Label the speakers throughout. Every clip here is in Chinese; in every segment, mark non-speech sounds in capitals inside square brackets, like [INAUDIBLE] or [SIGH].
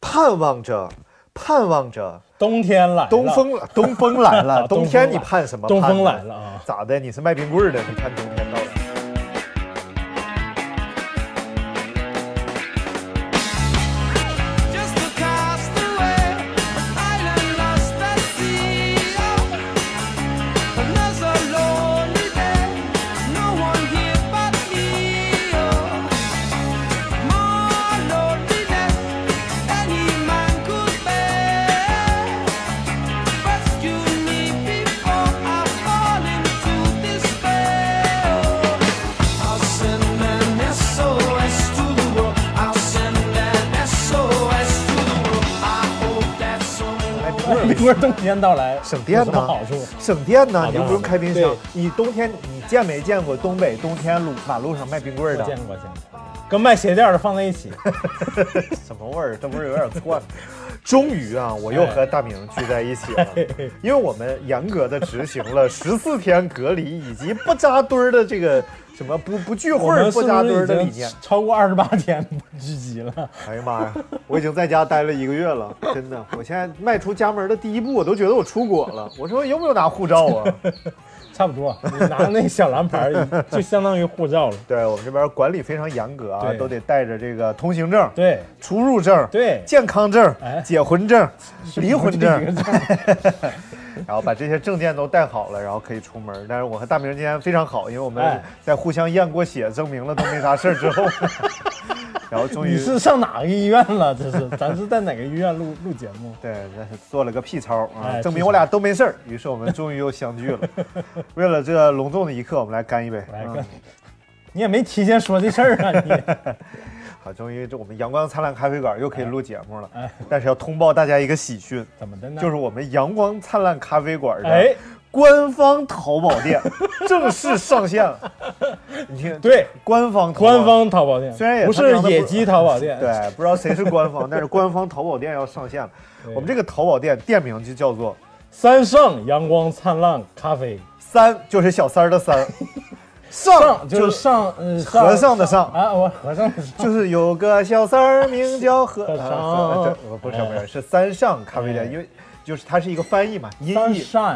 Speaker 1: 盼望着，盼望着
Speaker 2: 冬天来了，
Speaker 1: 东
Speaker 2: [LAUGHS]
Speaker 1: 风，东风来了，
Speaker 2: 冬
Speaker 1: 冬
Speaker 2: 风
Speaker 1: 天
Speaker 2: 来
Speaker 1: 你盼什么？
Speaker 2: 东风来了，啊！
Speaker 1: 咋的？你是卖冰棍儿的？你盼冬天到了。
Speaker 2: [LAUGHS]
Speaker 3: Just a castaway, island lost at sea. Another lonely day, no one here but me. More loneliness any man could bear. Rescue me before I fall into despair. I'll send an SOS to the world. I'll send an SOS to the world. I hope that someone.
Speaker 1: 哎，不是
Speaker 2: 不是不是冬天到来
Speaker 1: 省电
Speaker 2: 有什
Speaker 1: 呢
Speaker 2: 么好处？，
Speaker 1: 省电
Speaker 2: 好
Speaker 1: 呢，
Speaker 2: 的
Speaker 1: 你又不用开冰
Speaker 2: 好
Speaker 1: 箱
Speaker 2: 的。
Speaker 1: 你冬天你见没见过东北冬天路马路上卖冰棍儿
Speaker 2: 我见
Speaker 1: 的？
Speaker 2: 过，见过，跟卖鞋垫的放在
Speaker 1: [LAUGHS]
Speaker 2: 一起，
Speaker 1: 什么味儿？这味儿有点窜。终于啊，我又和大明聚在一起
Speaker 2: [LAUGHS]
Speaker 1: 了，因为我们严格的执行了十四天隔离以及不扎堆儿的这个什么不不聚
Speaker 2: 我
Speaker 1: 会
Speaker 2: 们
Speaker 1: 儿
Speaker 2: 是
Speaker 1: 不扎堆
Speaker 2: 不
Speaker 1: 儿的
Speaker 2: 是
Speaker 1: 理
Speaker 2: 已
Speaker 1: 念
Speaker 2: 经。超过二十八天不聚集了？
Speaker 1: 哎呀妈呀！我已经在家待了一个月
Speaker 2: [LAUGHS]
Speaker 1: 了，真的，我现在迈出家门的第一步，我都觉得我出国了。我说有没有拿护照
Speaker 2: [LAUGHS]
Speaker 1: 啊？
Speaker 2: 差不
Speaker 1: [LAUGHS]
Speaker 2: 多，你拿那小蓝牌儿就相当于护照了。
Speaker 1: 对我们这边管理非常严格啊，
Speaker 2: 对
Speaker 1: 都得带着这个通行证、
Speaker 2: 对
Speaker 1: 出入证、
Speaker 2: 对
Speaker 1: 健康证
Speaker 2: 哎、
Speaker 1: 结婚证、离婚
Speaker 2: 这
Speaker 1: 证
Speaker 2: 几，个字
Speaker 1: 然后把这些证件都带好了，然后可以出门。但是我和大明今天非常好，因为我们
Speaker 2: 哎
Speaker 1: 在互相验过血，证明了都没啥事儿之
Speaker 2: [LAUGHS]
Speaker 1: 后，然后终于
Speaker 2: [LAUGHS] 你是上哪个医院了？这是，咱是在哪个医院录录节目？
Speaker 1: 对，那是做了个 P 超啊，
Speaker 2: 哎
Speaker 1: 证
Speaker 2: P
Speaker 1: 明我俩都没事儿。于是我们终于又相聚了。 [LAUGHS] 为了这隆重的一刻，我们来干一杯。
Speaker 2: 来
Speaker 1: 嗯
Speaker 2: 干，你也没提前说这事儿啊！
Speaker 1: [LAUGHS]
Speaker 2: 你
Speaker 1: 好，终于这我们阳光灿烂咖啡馆又可以录节目了。
Speaker 2: 哎
Speaker 1: 但是要通报大家一个喜讯，
Speaker 2: 怎么的呢？
Speaker 1: 就是我们阳光灿烂咖啡馆
Speaker 2: 哎
Speaker 1: 的，官方淘宝店 [LAUGHS] 正式上线
Speaker 2: [LAUGHS]
Speaker 1: 了。你听，，
Speaker 2: 对，
Speaker 1: 官方淘宝
Speaker 2: 官。方淘宝店，
Speaker 1: 虽然也
Speaker 2: 不
Speaker 1: 他们
Speaker 2: 是
Speaker 1: 让他
Speaker 2: 野
Speaker 1: 不
Speaker 2: 鸡淘宝店，
Speaker 1: [LAUGHS] 对，不知道谁是官
Speaker 2: [LAUGHS]
Speaker 1: 方，但是官方淘宝店要上线了。我们这个淘宝店店名就叫做
Speaker 2: 三上阳光灿烂咖啡，
Speaker 1: “三”，就是小三儿的“三”，上
Speaker 2: 上就是上，嗯，
Speaker 1: 和尚的上
Speaker 2: 啊，我和尚的上，
Speaker 1: 就是有个小三儿名叫和
Speaker 2: 和尚
Speaker 1: 呃和对不是
Speaker 2: 哎
Speaker 1: 不是是三上咖啡
Speaker 2: 哎
Speaker 1: 店，因为就是它是一个翻译嘛，音
Speaker 2: 三
Speaker 1: 译。
Speaker 2: 善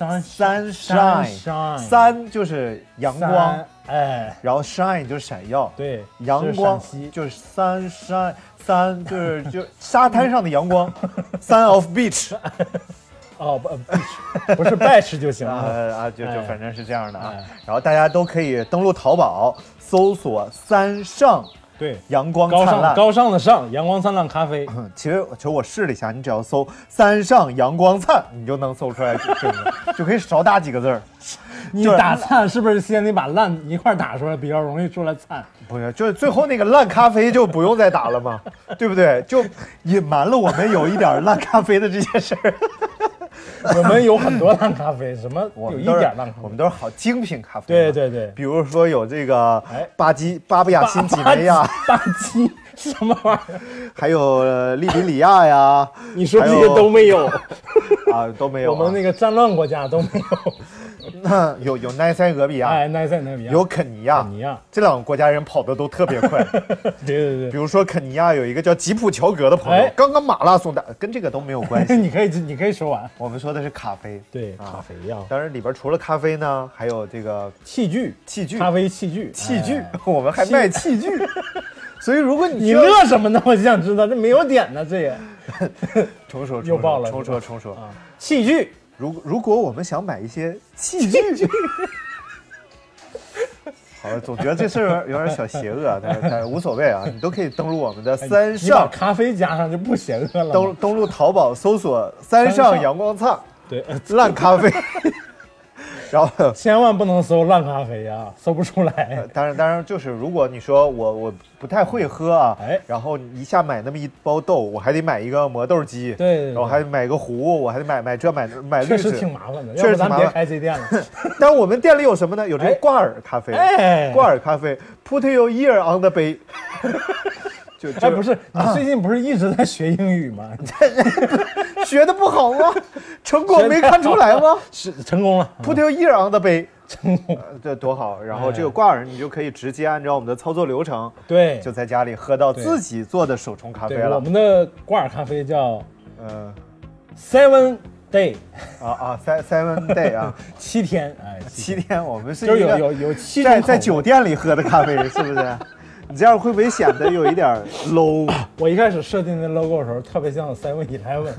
Speaker 2: 三
Speaker 1: 三 shine，
Speaker 2: shine
Speaker 1: 三就是阳光
Speaker 2: 三，，哎，
Speaker 1: 然后 shine 就是闪耀，，
Speaker 2: 对，
Speaker 1: 阳光
Speaker 2: 这是陕西，
Speaker 1: 就是三山三就是就沙滩上的阳光，sun of beach
Speaker 2: 哦不不是不是 batch 就行
Speaker 1: 啊
Speaker 2: 了，
Speaker 1: 啊就就
Speaker 2: 哎
Speaker 1: 反正是这样的啊
Speaker 2: 哎，
Speaker 1: 然后大家都可以登录淘宝搜索三上
Speaker 2: 对，
Speaker 1: 阳光
Speaker 2: 高
Speaker 1: 灿
Speaker 2: 尚
Speaker 1: 烂。
Speaker 2: 高尚的上，阳光灿烂咖啡，
Speaker 1: 嗯，其实其实我试了一下，你只要搜“三上阳光灿”，你就能搜出来这这个，就可以少打几个字儿。
Speaker 2: 你
Speaker 1: 就是
Speaker 2: 打灿是不是先得把烂一块儿打出来，比较容易出来灿？
Speaker 1: 不是，就是最后那个烂咖啡就不用再打了嘛，对不对？就隐瞒了我们有一点烂咖啡的这件事
Speaker 2: [LAUGHS]
Speaker 1: 儿。
Speaker 2: 我们有很多烂咖啡，什么
Speaker 1: 我
Speaker 2: 有
Speaker 1: 们
Speaker 2: 一
Speaker 1: 都是
Speaker 2: 点烂咖
Speaker 1: 我
Speaker 2: 啡
Speaker 1: 们，都是好精品咖啡。
Speaker 2: 对。对对，
Speaker 1: 比如说有这个
Speaker 2: 哎
Speaker 1: 巴基、巴布亚新几内亚，
Speaker 2: 大鸡什么玩意儿？
Speaker 1: 还有呃利比里亚呀，
Speaker 2: 你说这些都
Speaker 1: [LAUGHS]
Speaker 2: 没有，
Speaker 1: 啊都没有
Speaker 2: 我
Speaker 1: 啊、
Speaker 2: 们那个战乱国家都没有。
Speaker 1: 那 [LAUGHS] 有有奈塞俄比亚，
Speaker 2: 哎，奈塞那比亚
Speaker 1: 啊有肯尼亚，
Speaker 2: 肯尼亚，
Speaker 1: 这两个国家人跑的都特别快。
Speaker 2: 啊 [LAUGHS] 对对
Speaker 1: 比如说肯尼亚有一个叫吉普乔格的朋友
Speaker 2: 哎，
Speaker 1: 刚刚马拉松的，跟这个都没有关
Speaker 2: 对，
Speaker 1: 系。
Speaker 2: 你可以你可以说完。
Speaker 1: 我们说的是咖啡，
Speaker 2: 对，
Speaker 1: 啊
Speaker 2: 咖啡呀，
Speaker 1: 当然里边除了咖啡呢，还有这个
Speaker 2: 器具，
Speaker 1: 器具，
Speaker 2: 咖啡器具，
Speaker 1: 器具
Speaker 2: 哎，
Speaker 1: 我们还卖器具。 [LAUGHS] 所以如果你
Speaker 2: 你
Speaker 1: 需要
Speaker 2: 乐什么呢？我就想知道，这没有点呢，这也
Speaker 1: 重说，重
Speaker 2: 又
Speaker 1: 说
Speaker 2: 爆了
Speaker 1: 重
Speaker 2: 是吧
Speaker 1: 说，重说。
Speaker 2: 啊，器具，
Speaker 1: 如果如果我们想买一些器具， [LAUGHS] 好，总觉得这事儿有点小邪恶，但是但是无所谓啊，你都可以登录我们的三
Speaker 2: 哎你把
Speaker 1: 上，
Speaker 2: 咖啡加上就不邪恶了
Speaker 1: 登
Speaker 2: 吗。
Speaker 1: 登录淘宝搜索“三
Speaker 2: 三
Speaker 1: 上
Speaker 2: 上
Speaker 1: 阳光灿”。
Speaker 2: 对，呃
Speaker 1: 烂咖啡， [LAUGHS] 然后。
Speaker 2: 千万不能搜烂咖啡呀，搜不出来。
Speaker 1: 当然，当然，就是如果你说我我不太会喝啊，
Speaker 2: 哎
Speaker 1: 然后一下买那么一包豆，我还得买一个磨豆机，
Speaker 2: 对对对
Speaker 1: 然后还得买个壶，我还得买买这买那买
Speaker 2: 确
Speaker 1: 绿
Speaker 2: 实
Speaker 1: 纸。
Speaker 2: 挺麻烦的，
Speaker 1: 呃确
Speaker 2: 要
Speaker 1: 实
Speaker 2: 不
Speaker 1: 挺麻
Speaker 2: 咱
Speaker 1: 烦
Speaker 2: 别开
Speaker 1: [LAUGHS]
Speaker 2: 这店了。
Speaker 1: 但我们店里有什么呢？有这个
Speaker 2: 哎
Speaker 1: 挂耳咖啡，
Speaker 2: 哎
Speaker 1: 挂耳咖啡，Put your ear on the bay，就就
Speaker 2: 哎，不是，你最近不是一直在学英语吗？
Speaker 1: 啊
Speaker 2: [LAUGHS]
Speaker 1: 学的不好吗？成果没看出来吗
Speaker 2: 是成功了，
Speaker 1: ？Put your ear on the bay，
Speaker 2: 成哎功。
Speaker 1: 呃这多好！然后这个挂耳，你就可以直接按照我们的操作流程，
Speaker 2: 对，
Speaker 1: 就在家里喝到自己做的手冲咖啡
Speaker 2: 哎对，我
Speaker 1: 了。
Speaker 2: 们的挂耳咖啡叫
Speaker 1: 嗯，
Speaker 2: Seven Day， [LAUGHS]
Speaker 1: 啊啊，seven seven day 啊，
Speaker 2: 七天， [LAUGHS] 哎，
Speaker 1: 七天，我们是
Speaker 2: 就是
Speaker 1: 一个
Speaker 2: 有有有七种
Speaker 1: 在在
Speaker 2: 口味
Speaker 1: 酒店里喝的咖啡，是不是？ [LAUGHS] 你这样会不会显得有一点儿 low？
Speaker 2: [LAUGHS] 我一开始设定的 logo 的时候，特别像
Speaker 1: [LAUGHS]
Speaker 2: Seven Eleven，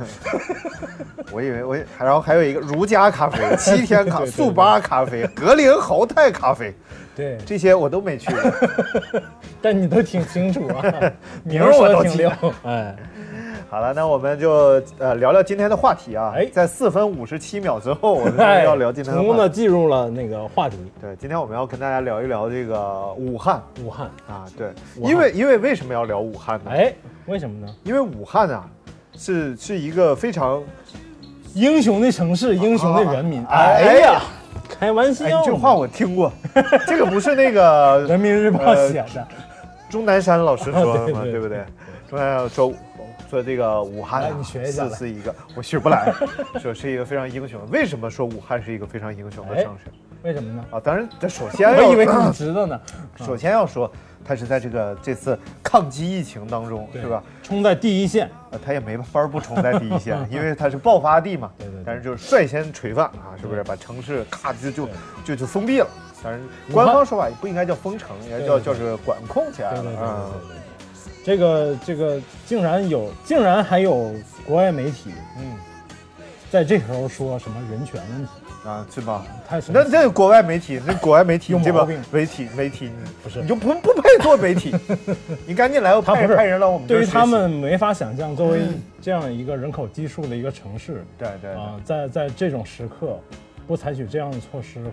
Speaker 1: 我以为我，然后还有一个儒家咖啡、七天咖、
Speaker 2: 对对对
Speaker 1: 速八咖啡、格林豪泰咖啡，
Speaker 2: 对，
Speaker 1: 这些我都没去过。
Speaker 2: 但你都挺清楚
Speaker 1: [LAUGHS]
Speaker 2: 啊，名
Speaker 1: 儿
Speaker 2: 儿
Speaker 1: 我
Speaker 2: 说
Speaker 1: 都
Speaker 2: 的挺
Speaker 1: 记
Speaker 2: 溜
Speaker 1: 得， [LAUGHS]
Speaker 2: 哎，
Speaker 1: 好了，那我们就呃聊聊今天的话题啊。
Speaker 2: 哎
Speaker 1: 在四分五十七秒之后，我们终于
Speaker 2: 哎
Speaker 1: 要聊今天的
Speaker 2: 成功
Speaker 1: 话
Speaker 2: 的
Speaker 1: 题。
Speaker 2: 进入了那个话题，
Speaker 1: 对，今天我们要跟大家聊一聊这个武汉
Speaker 2: 武汉，
Speaker 1: 啊，对，
Speaker 2: 武汉
Speaker 1: 因为因为为什么要聊武汉呢？
Speaker 2: 哎，为什么呢？
Speaker 1: 因为武汉啊，是是一个非常
Speaker 2: 英雄的城市，英雄的人民，
Speaker 1: 哎呀，
Speaker 2: 开玩笑
Speaker 1: 哎
Speaker 2: 呢，，
Speaker 1: 这话我听
Speaker 2: [LAUGHS]
Speaker 1: 过，这个不是那个
Speaker 2: 人民日报
Speaker 1: 呃
Speaker 2: 写的，
Speaker 1: 钟南山老师说的嘛，
Speaker 2: 对对对
Speaker 1: 对不对？钟南山说说这个武汉、
Speaker 2: 来
Speaker 1: 啊，
Speaker 2: 你学一下来
Speaker 1: 是是一个我学不
Speaker 2: [LAUGHS]
Speaker 1: 来，说是一个非常英雄。为什么说武汉是一个非常英雄的
Speaker 2: 哎
Speaker 1: 城市、
Speaker 2: 为什么呢？
Speaker 1: 啊？当然，这
Speaker 2: [LAUGHS]
Speaker 1: 首先要
Speaker 2: 我以为你知道呢，
Speaker 1: 首先要说，他是在这个这次抗击疫情当中，
Speaker 2: 对
Speaker 1: [LAUGHS] 是吧？？
Speaker 2: 冲在第一线，
Speaker 1: 呃，他也没法儿不冲在第一线，因为他是爆发地嘛。
Speaker 2: 对对对
Speaker 1: 但是就是率先垂范啊，是不是把城市咔就就
Speaker 2: 对
Speaker 1: 就就封闭了？当然，
Speaker 2: 武
Speaker 1: 官
Speaker 2: 汉
Speaker 1: 方说法也不应该叫封城，应该
Speaker 2: 对
Speaker 1: 叫
Speaker 2: 对
Speaker 1: 叫是管控起来
Speaker 2: 对
Speaker 1: 了
Speaker 2: 对对对
Speaker 1: 啊。
Speaker 2: 对对对。这个这个竟然有，竟然还有国外媒体
Speaker 1: 嗯
Speaker 2: 在这时候说什么人权问题，
Speaker 1: 啊，是吧？
Speaker 2: 太神奇
Speaker 1: 那这国外媒体，这国外媒体，
Speaker 2: 有
Speaker 1: 你这
Speaker 2: 毛
Speaker 1: 帮
Speaker 2: 病
Speaker 1: 媒体媒体，你
Speaker 2: 不是
Speaker 1: 你就不不配做媒
Speaker 2: [LAUGHS]
Speaker 1: 体，你赶紧来，我
Speaker 2: 他
Speaker 1: 派
Speaker 2: 不是
Speaker 1: 派人来我们这儿
Speaker 2: 对于
Speaker 1: 学
Speaker 2: 他
Speaker 1: 习，
Speaker 2: 们没法想象，作为这样一个人口基数的一个城市
Speaker 1: 对对
Speaker 2: 啊、在在这种时刻不采取这样的措施，会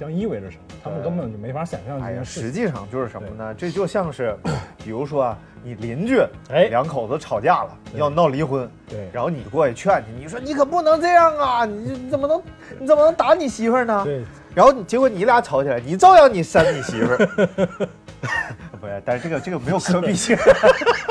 Speaker 2: 将意味着什么？他们
Speaker 1: 对
Speaker 2: 根本就没法想象这
Speaker 1: 哎呀，
Speaker 2: 件
Speaker 1: 实
Speaker 2: 事情。
Speaker 1: 际上就是什么呢？这就像是，比如说啊，你邻居
Speaker 2: 哎
Speaker 1: 两口子吵架了，
Speaker 2: 对
Speaker 1: 要闹离婚，
Speaker 2: 对
Speaker 1: 然后你过去劝去，你说你可不能这样啊，你你怎么能你怎么能打你媳妇儿呢？
Speaker 2: 对，
Speaker 1: 然后你结果你俩吵起来，你照样你扇你媳妇儿。 [LAUGHS] 不是，但是这个这个没有可比性， [LAUGHS]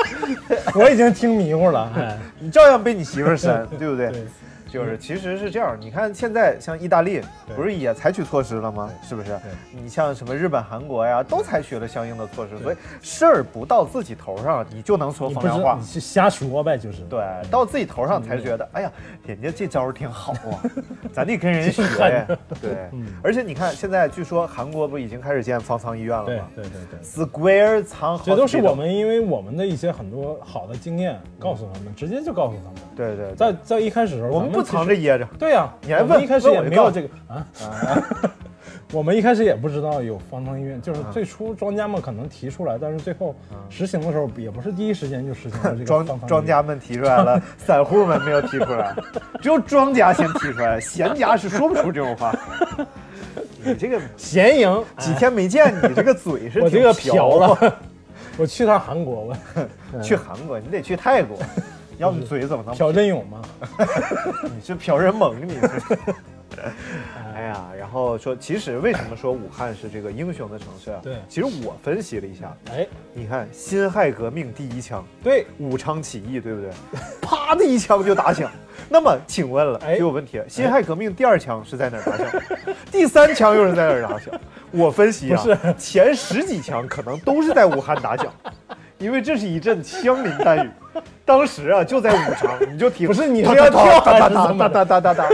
Speaker 2: 我已经听迷糊了。哎，
Speaker 1: 你照样被你媳妇儿扇，对不对？ [LAUGHS]
Speaker 2: 对，
Speaker 1: 就是其实是这样，你看现在像意大利
Speaker 2: 对
Speaker 1: 不是也采取措施了吗？是不是？你像什么日本、韩国呀，都采取了相应的措施，所以事儿不到自己头上，你就能说
Speaker 2: 你
Speaker 1: 风
Speaker 2: 不
Speaker 1: 凉
Speaker 2: 知
Speaker 1: 话
Speaker 2: 你。是瞎说呗，就是。
Speaker 1: 对，到自己头上才
Speaker 2: 嗯
Speaker 1: 觉得，哎呀，人家这招儿挺好啊，
Speaker 2: [LAUGHS]
Speaker 1: 咱得跟人学呀。对，
Speaker 2: 嗯
Speaker 1: 而且你看，现在据说韩国不已经开始建方舱医院了
Speaker 2: 对
Speaker 1: 吗
Speaker 2: 对对对，
Speaker 1: ？Square 仓，
Speaker 2: 这都是我。们因为我们的一些很多好的经验告诉他们，直接就告诉他们。
Speaker 1: 对对，对
Speaker 2: 在在一开始的时候，
Speaker 1: 嗯我们不
Speaker 2: 咱其实
Speaker 1: 藏着掖着。
Speaker 2: 对呀、啊，
Speaker 1: 你还问
Speaker 2: 我们一开始
Speaker 1: 问
Speaker 2: 也
Speaker 1: 我就
Speaker 2: 没
Speaker 1: 告
Speaker 2: 有
Speaker 1: 诉
Speaker 2: 这个啊？ [LAUGHS] 我们一开始也不知道有方舱医院，
Speaker 1: 啊
Speaker 2: 就是最初庄家们可能提出来，但是最后实行的时候也不是第一时间就实行了这个
Speaker 1: 庄
Speaker 2: 方舱医院
Speaker 1: 庄家们提出来
Speaker 2: [LAUGHS]
Speaker 1: 了，散户们没有提出来，只有庄家先提出
Speaker 2: [LAUGHS]
Speaker 1: 来，闲家是说不出这种话。你这个
Speaker 2: 闲营
Speaker 1: 几天没见，你这个嘴是
Speaker 2: 我
Speaker 1: 哎挺
Speaker 2: 这个
Speaker 1: 瓢啊
Speaker 2: 嫖了， [LAUGHS] 我去趟韩国吧，
Speaker 1: 去韩国你得去泰
Speaker 2: [LAUGHS]
Speaker 1: 国，要不嘴怎么能
Speaker 2: 朴振勇嘛，
Speaker 1: 你是朴人猛，你是。哎呀，然后说，其实为什么说武汉是这个英雄的城市啊？
Speaker 2: 对
Speaker 1: 其实我分析了一下，
Speaker 2: 哎，
Speaker 1: 你看辛亥革命第一枪，
Speaker 2: 对，
Speaker 1: 武昌起义，对不对？啪的一枪就打响。那么，请问了，
Speaker 2: 哎
Speaker 1: 就有问题了，辛亥革命第二枪是在哪儿打响？ [LAUGHS] 第三枪又是在哪儿打响？我分析啊，
Speaker 2: 不是
Speaker 1: 前十几枪可能都是在武汉打响，因为这是一阵枪林弹雨。当时啊，就在武昌，你就提
Speaker 2: 不是你
Speaker 1: 哒
Speaker 2: 是要
Speaker 1: 哒
Speaker 2: 跳
Speaker 1: 哒哒
Speaker 2: 还是
Speaker 1: 哒
Speaker 2: 怎么
Speaker 1: 哒哒哒哒，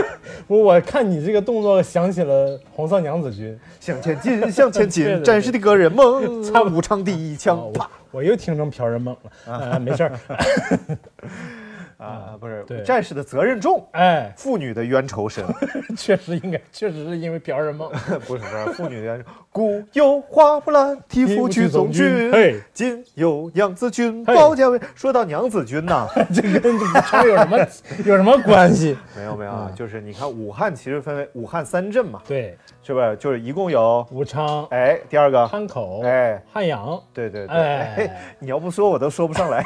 Speaker 2: 我我看你这个动作想起了红色娘子军，
Speaker 1: 向前进，向前
Speaker 2: [LAUGHS] 对对
Speaker 1: 进，
Speaker 2: 对
Speaker 1: 战士的个人
Speaker 2: [LAUGHS]
Speaker 1: 梦，武昌第一
Speaker 2: 啊
Speaker 1: 枪，啪
Speaker 2: 我我又听成朴人猛了，啊，
Speaker 1: [LAUGHS]
Speaker 2: 没事儿，
Speaker 1: 啊，不是
Speaker 2: 对
Speaker 1: 战士的责任重，
Speaker 2: 哎，
Speaker 1: 妇女的冤仇深。
Speaker 2: 确实应该，确实是因为朴人
Speaker 1: [LAUGHS]
Speaker 2: 猛，
Speaker 1: 不是不是，妇女的 [LAUGHS] 古有花木兰替父去总军
Speaker 2: 替父去总军嘿，
Speaker 1: 今有娘子军
Speaker 2: 嘿
Speaker 1: 保家卫。说到娘子军呐，
Speaker 2: [LAUGHS] 这跟武昌有什
Speaker 1: [LAUGHS]
Speaker 2: 么有什么关系？
Speaker 1: 没有没有，
Speaker 2: 嗯
Speaker 1: 就是你看武汉其实分为武汉三镇嘛，
Speaker 2: 对，
Speaker 1: 是不是？就是一共有，
Speaker 2: 武昌、
Speaker 1: 哎，第二个，
Speaker 2: 汉口、
Speaker 1: 哎，
Speaker 2: 汉阳，
Speaker 1: 对对对，
Speaker 2: 哎
Speaker 1: 哎你要不说我都说不上
Speaker 2: [LAUGHS]
Speaker 1: 来。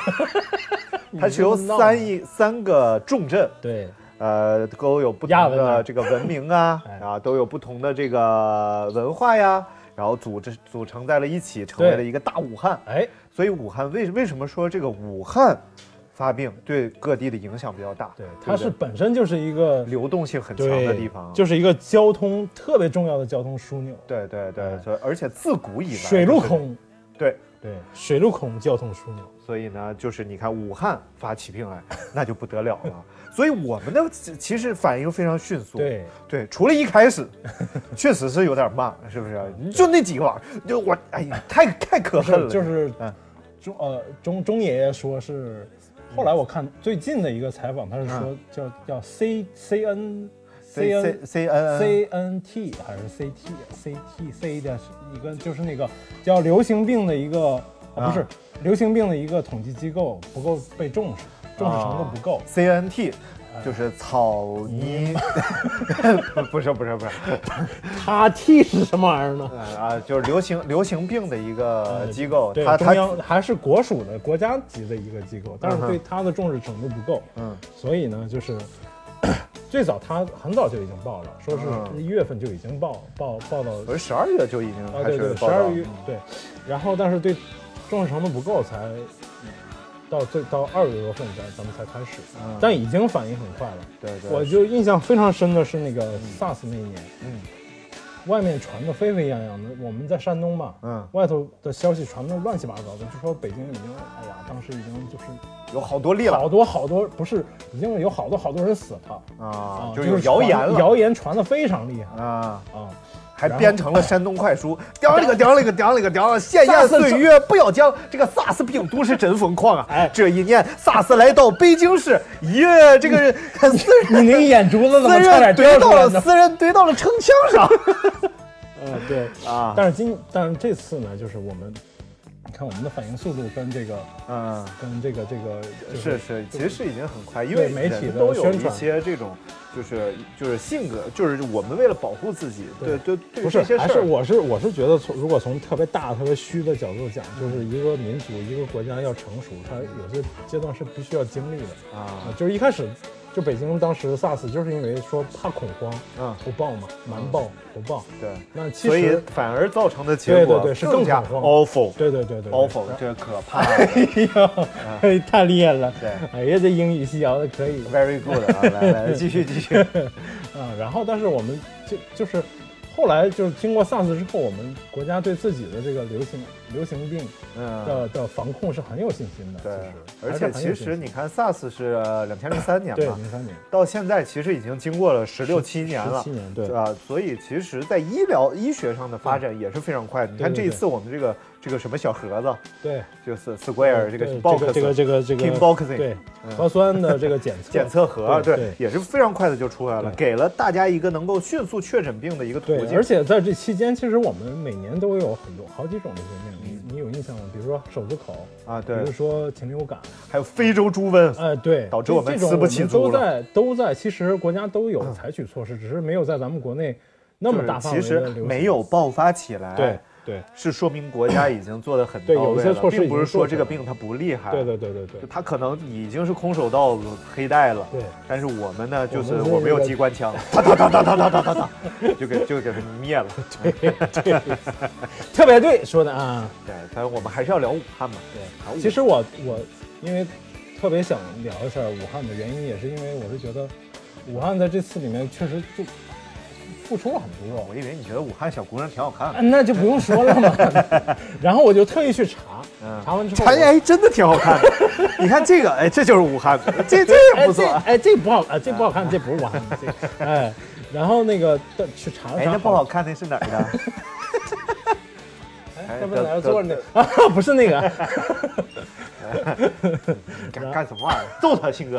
Speaker 1: 它是由
Speaker 2: 你这么闹
Speaker 1: 三一三个重镇，
Speaker 2: 对，
Speaker 1: 呃，都有不
Speaker 2: 亚
Speaker 1: 同
Speaker 2: 文明
Speaker 1: 的这个文明啊
Speaker 2: [LAUGHS] 哎，
Speaker 1: 啊，都有不同的这个文化呀，然后组织组成在了一起，成为
Speaker 2: 对
Speaker 1: 了一个大武汉。
Speaker 2: 哎，
Speaker 1: 所以武汉为为什么说这个武汉发病对各地的影响比较大。
Speaker 2: 对
Speaker 1: 不，
Speaker 2: 它是本身就是一个
Speaker 1: 流动性很强
Speaker 2: 对
Speaker 1: 的地方，
Speaker 2: 就是一个交通特别重要的交通枢纽，
Speaker 1: 对对对
Speaker 2: 哎，
Speaker 1: 所以而且自古以来
Speaker 2: 水陆
Speaker 1: 就是
Speaker 2: 空，
Speaker 1: 对，
Speaker 2: 对，水陆空交通枢纽。
Speaker 1: 所以呢，就是你看武汉发起病来，那就不得了了。 [LAUGHS] 所以我们的其其实反应非常迅速，
Speaker 2: 对
Speaker 1: 对，除了一开始，确实是有点慢，是
Speaker 2: [LAUGHS]
Speaker 1: 不是？你就那几个玩意儿，就我哎呀，太太可
Speaker 2: 不
Speaker 1: 恨了，
Speaker 2: 是，就是
Speaker 1: 嗯
Speaker 2: 钟呃钟钟爷爷说是，后来我看最近的一个采访，他是
Speaker 1: 嗯
Speaker 2: 说叫叫 C C N
Speaker 1: C
Speaker 2: N
Speaker 1: C C N
Speaker 2: C N T 还是 C T C T C 的一个就是那个叫流行病的一个啊不是
Speaker 1: 啊
Speaker 2: 流行病的一个统计机构不够被重视，重视
Speaker 1: 哦
Speaker 2: 程度不够。
Speaker 1: C N T，就是草泥，呃 [LAUGHS] 不是不是不是，
Speaker 2: 他 T 是什么玩意儿呢？
Speaker 1: 呃啊，就是流行流行病的一个机构，
Speaker 2: 嗯对
Speaker 1: 它，
Speaker 2: 中
Speaker 1: 它
Speaker 2: 央还是国属的国家级的一个机构，但是
Speaker 1: 嗯哼
Speaker 2: 对它的重视程度不够。
Speaker 1: 嗯
Speaker 2: 所以呢，就是 [COUGHS] 最早他很早就已经报了，说是
Speaker 1: 嗯
Speaker 2: 一月份就已经报报报到
Speaker 1: 不是十二月就已经
Speaker 2: 啊，
Speaker 1: 开
Speaker 2: 对
Speaker 1: 始
Speaker 2: 对，十
Speaker 1: 报道
Speaker 2: 二月对，然后但是对重视程度不够，才到最到二月多份咱咱们才开始，
Speaker 1: 嗯
Speaker 2: 但已经反应很快了。
Speaker 1: 对对，
Speaker 2: 我就印象非常深的是那个 SARS 那一年，
Speaker 1: 嗯
Speaker 2: 外面传的沸沸扬扬的，我们在山东嘛，
Speaker 1: 嗯
Speaker 2: 外头的消息传的乱七八糟的，就说北京已经，哎呀，当时已经就是
Speaker 1: 有好多例
Speaker 2: 好
Speaker 1: 了
Speaker 2: 多好多不是，已经有好多好多人死了。
Speaker 1: 啊
Speaker 2: 啊，，
Speaker 1: 就是有谣言
Speaker 2: 传
Speaker 1: 了，
Speaker 2: 谣言传的非常厉害
Speaker 1: 啊，
Speaker 2: 啊！
Speaker 1: 还
Speaker 2: 然后哎
Speaker 1: 编成了山东快书，屌了个屌了个屌了个屌了！闲言
Speaker 2: SARS
Speaker 1: 碎语不要讲，这个 SARS 病毒是真疯狂啊！
Speaker 2: 哎
Speaker 1: 这一年 SARS 来到北京市，耶，
Speaker 2: [LAUGHS]
Speaker 1: 这个 [LAUGHS] 私
Speaker 2: 你那个眼珠子怎么
Speaker 1: 私
Speaker 2: 差点
Speaker 1: 人
Speaker 2: 掉
Speaker 1: 怼
Speaker 2: 出
Speaker 1: 到
Speaker 2: 来
Speaker 1: 了
Speaker 2: 呢？
Speaker 1: 私人怼到了城墙
Speaker 2: [LAUGHS]
Speaker 1: 上
Speaker 2: 嗯，对。
Speaker 1: 啊，
Speaker 2: 但是今但是这次呢，就是我们，你看我们的反应速度跟这个
Speaker 1: 嗯。
Speaker 2: 跟这个这个就是
Speaker 1: 是，其实是已经很快，因为
Speaker 2: 对媒体
Speaker 1: 人
Speaker 2: 的
Speaker 1: 都有
Speaker 2: 宣
Speaker 1: 一
Speaker 2: 传
Speaker 1: 些这种，就是就是性格，就是我们为了保护自己，对
Speaker 2: 对
Speaker 1: 对对，
Speaker 2: 不
Speaker 1: 这些
Speaker 2: 是还是
Speaker 1: 事儿，
Speaker 2: 我是我是觉得从如果从特别大特别虚的角度讲，就是一个民族一个国家要成熟，它有些阶段是必须要经历的
Speaker 1: 啊
Speaker 2: 啊。就是一开始就北京当时 SARS 就是因为说怕恐慌，
Speaker 1: 嗯
Speaker 2: 不报嘛，瞒报不报。
Speaker 1: 对，
Speaker 2: 那其
Speaker 1: 所以
Speaker 2: 实
Speaker 1: 反而造成的结果
Speaker 2: 对对对是
Speaker 1: 更
Speaker 2: 更
Speaker 1: 加
Speaker 2: 恐慌
Speaker 1: awful
Speaker 2: 对对对对对
Speaker 1: awful，这可怕了
Speaker 2: 哎呀，太厉害了！
Speaker 1: 对
Speaker 2: 哎呀，这英语系摇的可以 [LAUGHS]
Speaker 1: ，very good 啊，来来继续继续，
Speaker 2: 啊。然后，但是我们就就是后来就是经过 SARS 之后，我们国家对自己的这个流行流行病
Speaker 1: 嗯。
Speaker 2: 的的防控是很有信心的。
Speaker 1: 对，
Speaker 2: 其实
Speaker 1: 而
Speaker 2: 还是
Speaker 1: 且
Speaker 2: 很有
Speaker 1: 其
Speaker 2: 信心
Speaker 1: 实你看，SARS 是呃两千零三年
Speaker 2: 对
Speaker 1: 嘛，
Speaker 2: 零三年
Speaker 1: 到现在其实已经经过了十六七年了
Speaker 2: 17，年对嗯
Speaker 1: 吧？所以其实，在医疗医学上的发展也是非常快的。你看
Speaker 2: 对
Speaker 1: 这
Speaker 2: 对
Speaker 1: 一次我们这个这个什么小盒子，
Speaker 2: 对
Speaker 1: 就是 Square 这个
Speaker 2: 嗯对
Speaker 1: box
Speaker 2: 这个这个这个这
Speaker 1: team
Speaker 2: 个
Speaker 1: boxing
Speaker 2: 对
Speaker 1: 嗯
Speaker 2: 核酸的这个检测
Speaker 1: [LAUGHS] 检测盒，啊
Speaker 2: 对
Speaker 1: 对
Speaker 2: 对，
Speaker 1: 也是非常快的就出来了，
Speaker 2: 对
Speaker 1: 给了大家一个能够迅速确诊病的一个途
Speaker 2: 对，
Speaker 1: 径
Speaker 2: 而。且在这期间，其实我们每年都有很多好几种流行病，你你有印象吗？比如说手足口
Speaker 1: 啊对
Speaker 2: 比如说禽流感，
Speaker 1: 还有非洲猪瘟，
Speaker 2: 哎、对，
Speaker 1: 导致我们
Speaker 2: 这这种
Speaker 1: 吃不起
Speaker 2: 我
Speaker 1: 猪
Speaker 2: 们
Speaker 1: 了嗯
Speaker 2: 都在都在，其实国家都有采取措施，只是没有在咱们国内那
Speaker 1: 就
Speaker 2: 么
Speaker 1: 是
Speaker 2: 大范围
Speaker 1: 其
Speaker 2: 的
Speaker 1: 实
Speaker 2: 流行
Speaker 1: 没有爆发起来。
Speaker 2: 对对
Speaker 1: 是说明国家已经做的很到
Speaker 2: 对
Speaker 1: 位了，
Speaker 2: 有一些措施已
Speaker 1: 并
Speaker 2: 经
Speaker 1: 不是说这个
Speaker 2: 做出来
Speaker 1: 病它不厉害，
Speaker 2: 对对对对对
Speaker 1: 就它可能已经是空手道黑带了，
Speaker 2: 对
Speaker 1: 但是我们呢，就是
Speaker 2: 我们是
Speaker 1: 我们有
Speaker 2: 那个
Speaker 1: 机关枪，哒哒哒哒哒哒哒哒哒，就给就给它灭了。嗯对，
Speaker 2: 特别对说的啊。
Speaker 1: 但是我们还是要聊武汉嘛。啊
Speaker 2: 其实我我因为特别想聊一下武汉的原因，也是因为我是觉得武汉在这次里面确实就付出了很多。
Speaker 1: 我以为你觉得武汉小姑娘挺好看
Speaker 2: 啊
Speaker 1: 的，
Speaker 2: 那就不用说了
Speaker 1: [LAUGHS]
Speaker 2: 嘛。 [LAUGHS] 然后我就特意去查，
Speaker 1: 嗯
Speaker 2: 查完之后
Speaker 1: [LAUGHS]
Speaker 2: 我，
Speaker 1: 哎哎，真的挺好看的。 [LAUGHS] 你看这个，哎，这就是武汉， [LAUGHS] 这这也
Speaker 2: 哎
Speaker 1: 不错啊
Speaker 2: 这。哎这不好啊，这不好看，这不是我看的，这哎，然后那个但去查
Speaker 1: [LAUGHS]
Speaker 2: 了
Speaker 1: 哎，
Speaker 2: 查，
Speaker 1: 那不好，看，那是哪儿 [LAUGHS] 的？
Speaker 2: 哎要不在那坐着呢？啊， [LAUGHS] 不
Speaker 1: [LAUGHS]
Speaker 2: 是那个，
Speaker 1: 干干什么玩意儿？揍他，信哥！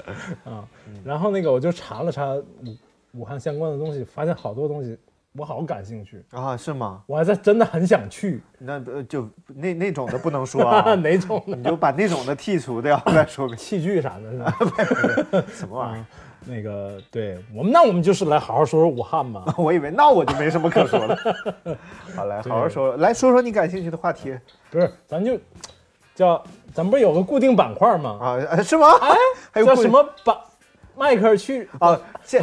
Speaker 1: [LAUGHS]
Speaker 2: 啊，然后那个我就查了查武武汉相关的东西，发现好多东西我好感兴趣，
Speaker 1: 啊，是吗？
Speaker 2: 我还在真的很想去，
Speaker 1: 那呃就那那种的不能说 [LAUGHS]
Speaker 2: 哈哈
Speaker 1: 啊，
Speaker 2: [LAUGHS] 哪种
Speaker 1: 你
Speaker 2: 呢？
Speaker 1: 就把那种的剔除掉再说呗。
Speaker 2: 器具啥的，是
Speaker 1: [LAUGHS]
Speaker 2: 吧？
Speaker 1: 什么玩意儿？ [LAUGHS]
Speaker 2: 那个，对我们，那我们就是来好好说说武
Speaker 1: [LAUGHS]
Speaker 2: 汉嘛。
Speaker 1: 我以为那我就没什么可说了。 [LAUGHS] 好，来好好说说，来说说你感兴趣的话题
Speaker 2: 不是，咱就叫，咱不是有个固定板块吗？
Speaker 1: 啊？呃是吗？
Speaker 2: 哎，
Speaker 1: 还有
Speaker 2: 叫
Speaker 1: 故
Speaker 2: 什么板？迈克尔去
Speaker 1: 啊？接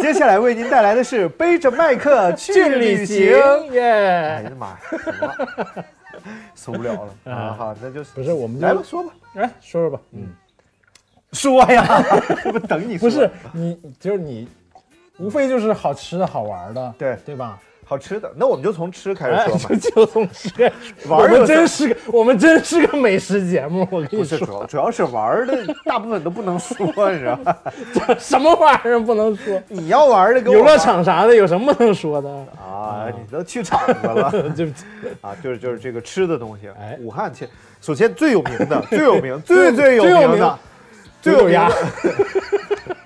Speaker 1: 接下来为您带来的是背着麦克去
Speaker 2: 去
Speaker 1: 旅
Speaker 2: 旅行
Speaker 1: 行。哎
Speaker 2: 耶！
Speaker 1: 呀妈呀！什么玩意儿 [LAUGHS] 受不了了啊！好，那就是
Speaker 2: 不是我们就
Speaker 1: 来吧，说吧，
Speaker 2: 哎，说说吧，嗯，
Speaker 1: 说呀， [LAUGHS] 我等你说。
Speaker 2: 不是你，就是你，无非就是好吃的好玩的，
Speaker 1: 对
Speaker 2: 对吧？
Speaker 1: 好吃的，那我们就从吃开
Speaker 2: 哎
Speaker 1: 始，说
Speaker 2: 就
Speaker 1: 嘛。
Speaker 2: [LAUGHS] 就从吃开始，
Speaker 1: 玩儿
Speaker 2: 我
Speaker 1: 就
Speaker 2: 们真是个，我们真是个美食节目，我跟
Speaker 1: 不
Speaker 2: 你
Speaker 1: 是
Speaker 2: 说，
Speaker 1: 主要主要是玩儿的，大部分都不能说，你知道
Speaker 2: [LAUGHS]
Speaker 1: 吗？
Speaker 2: 什么玩意儿不能说？
Speaker 1: 你要玩儿的跟我
Speaker 2: 游乐
Speaker 1: 玩
Speaker 2: 场啥的有什么不能说的？
Speaker 1: 啊，你都去场子
Speaker 2: [LAUGHS]
Speaker 1: 了。
Speaker 2: 对不起，
Speaker 1: 啊，就是就是这个吃的东西。
Speaker 2: 哎
Speaker 1: 武汉其首先最有名的、最有名、
Speaker 2: [LAUGHS]
Speaker 1: 最最有
Speaker 2: 最有
Speaker 1: 名
Speaker 2: 名
Speaker 1: 的、
Speaker 2: 猪
Speaker 1: 有
Speaker 2: 柳鸭
Speaker 1: 名，的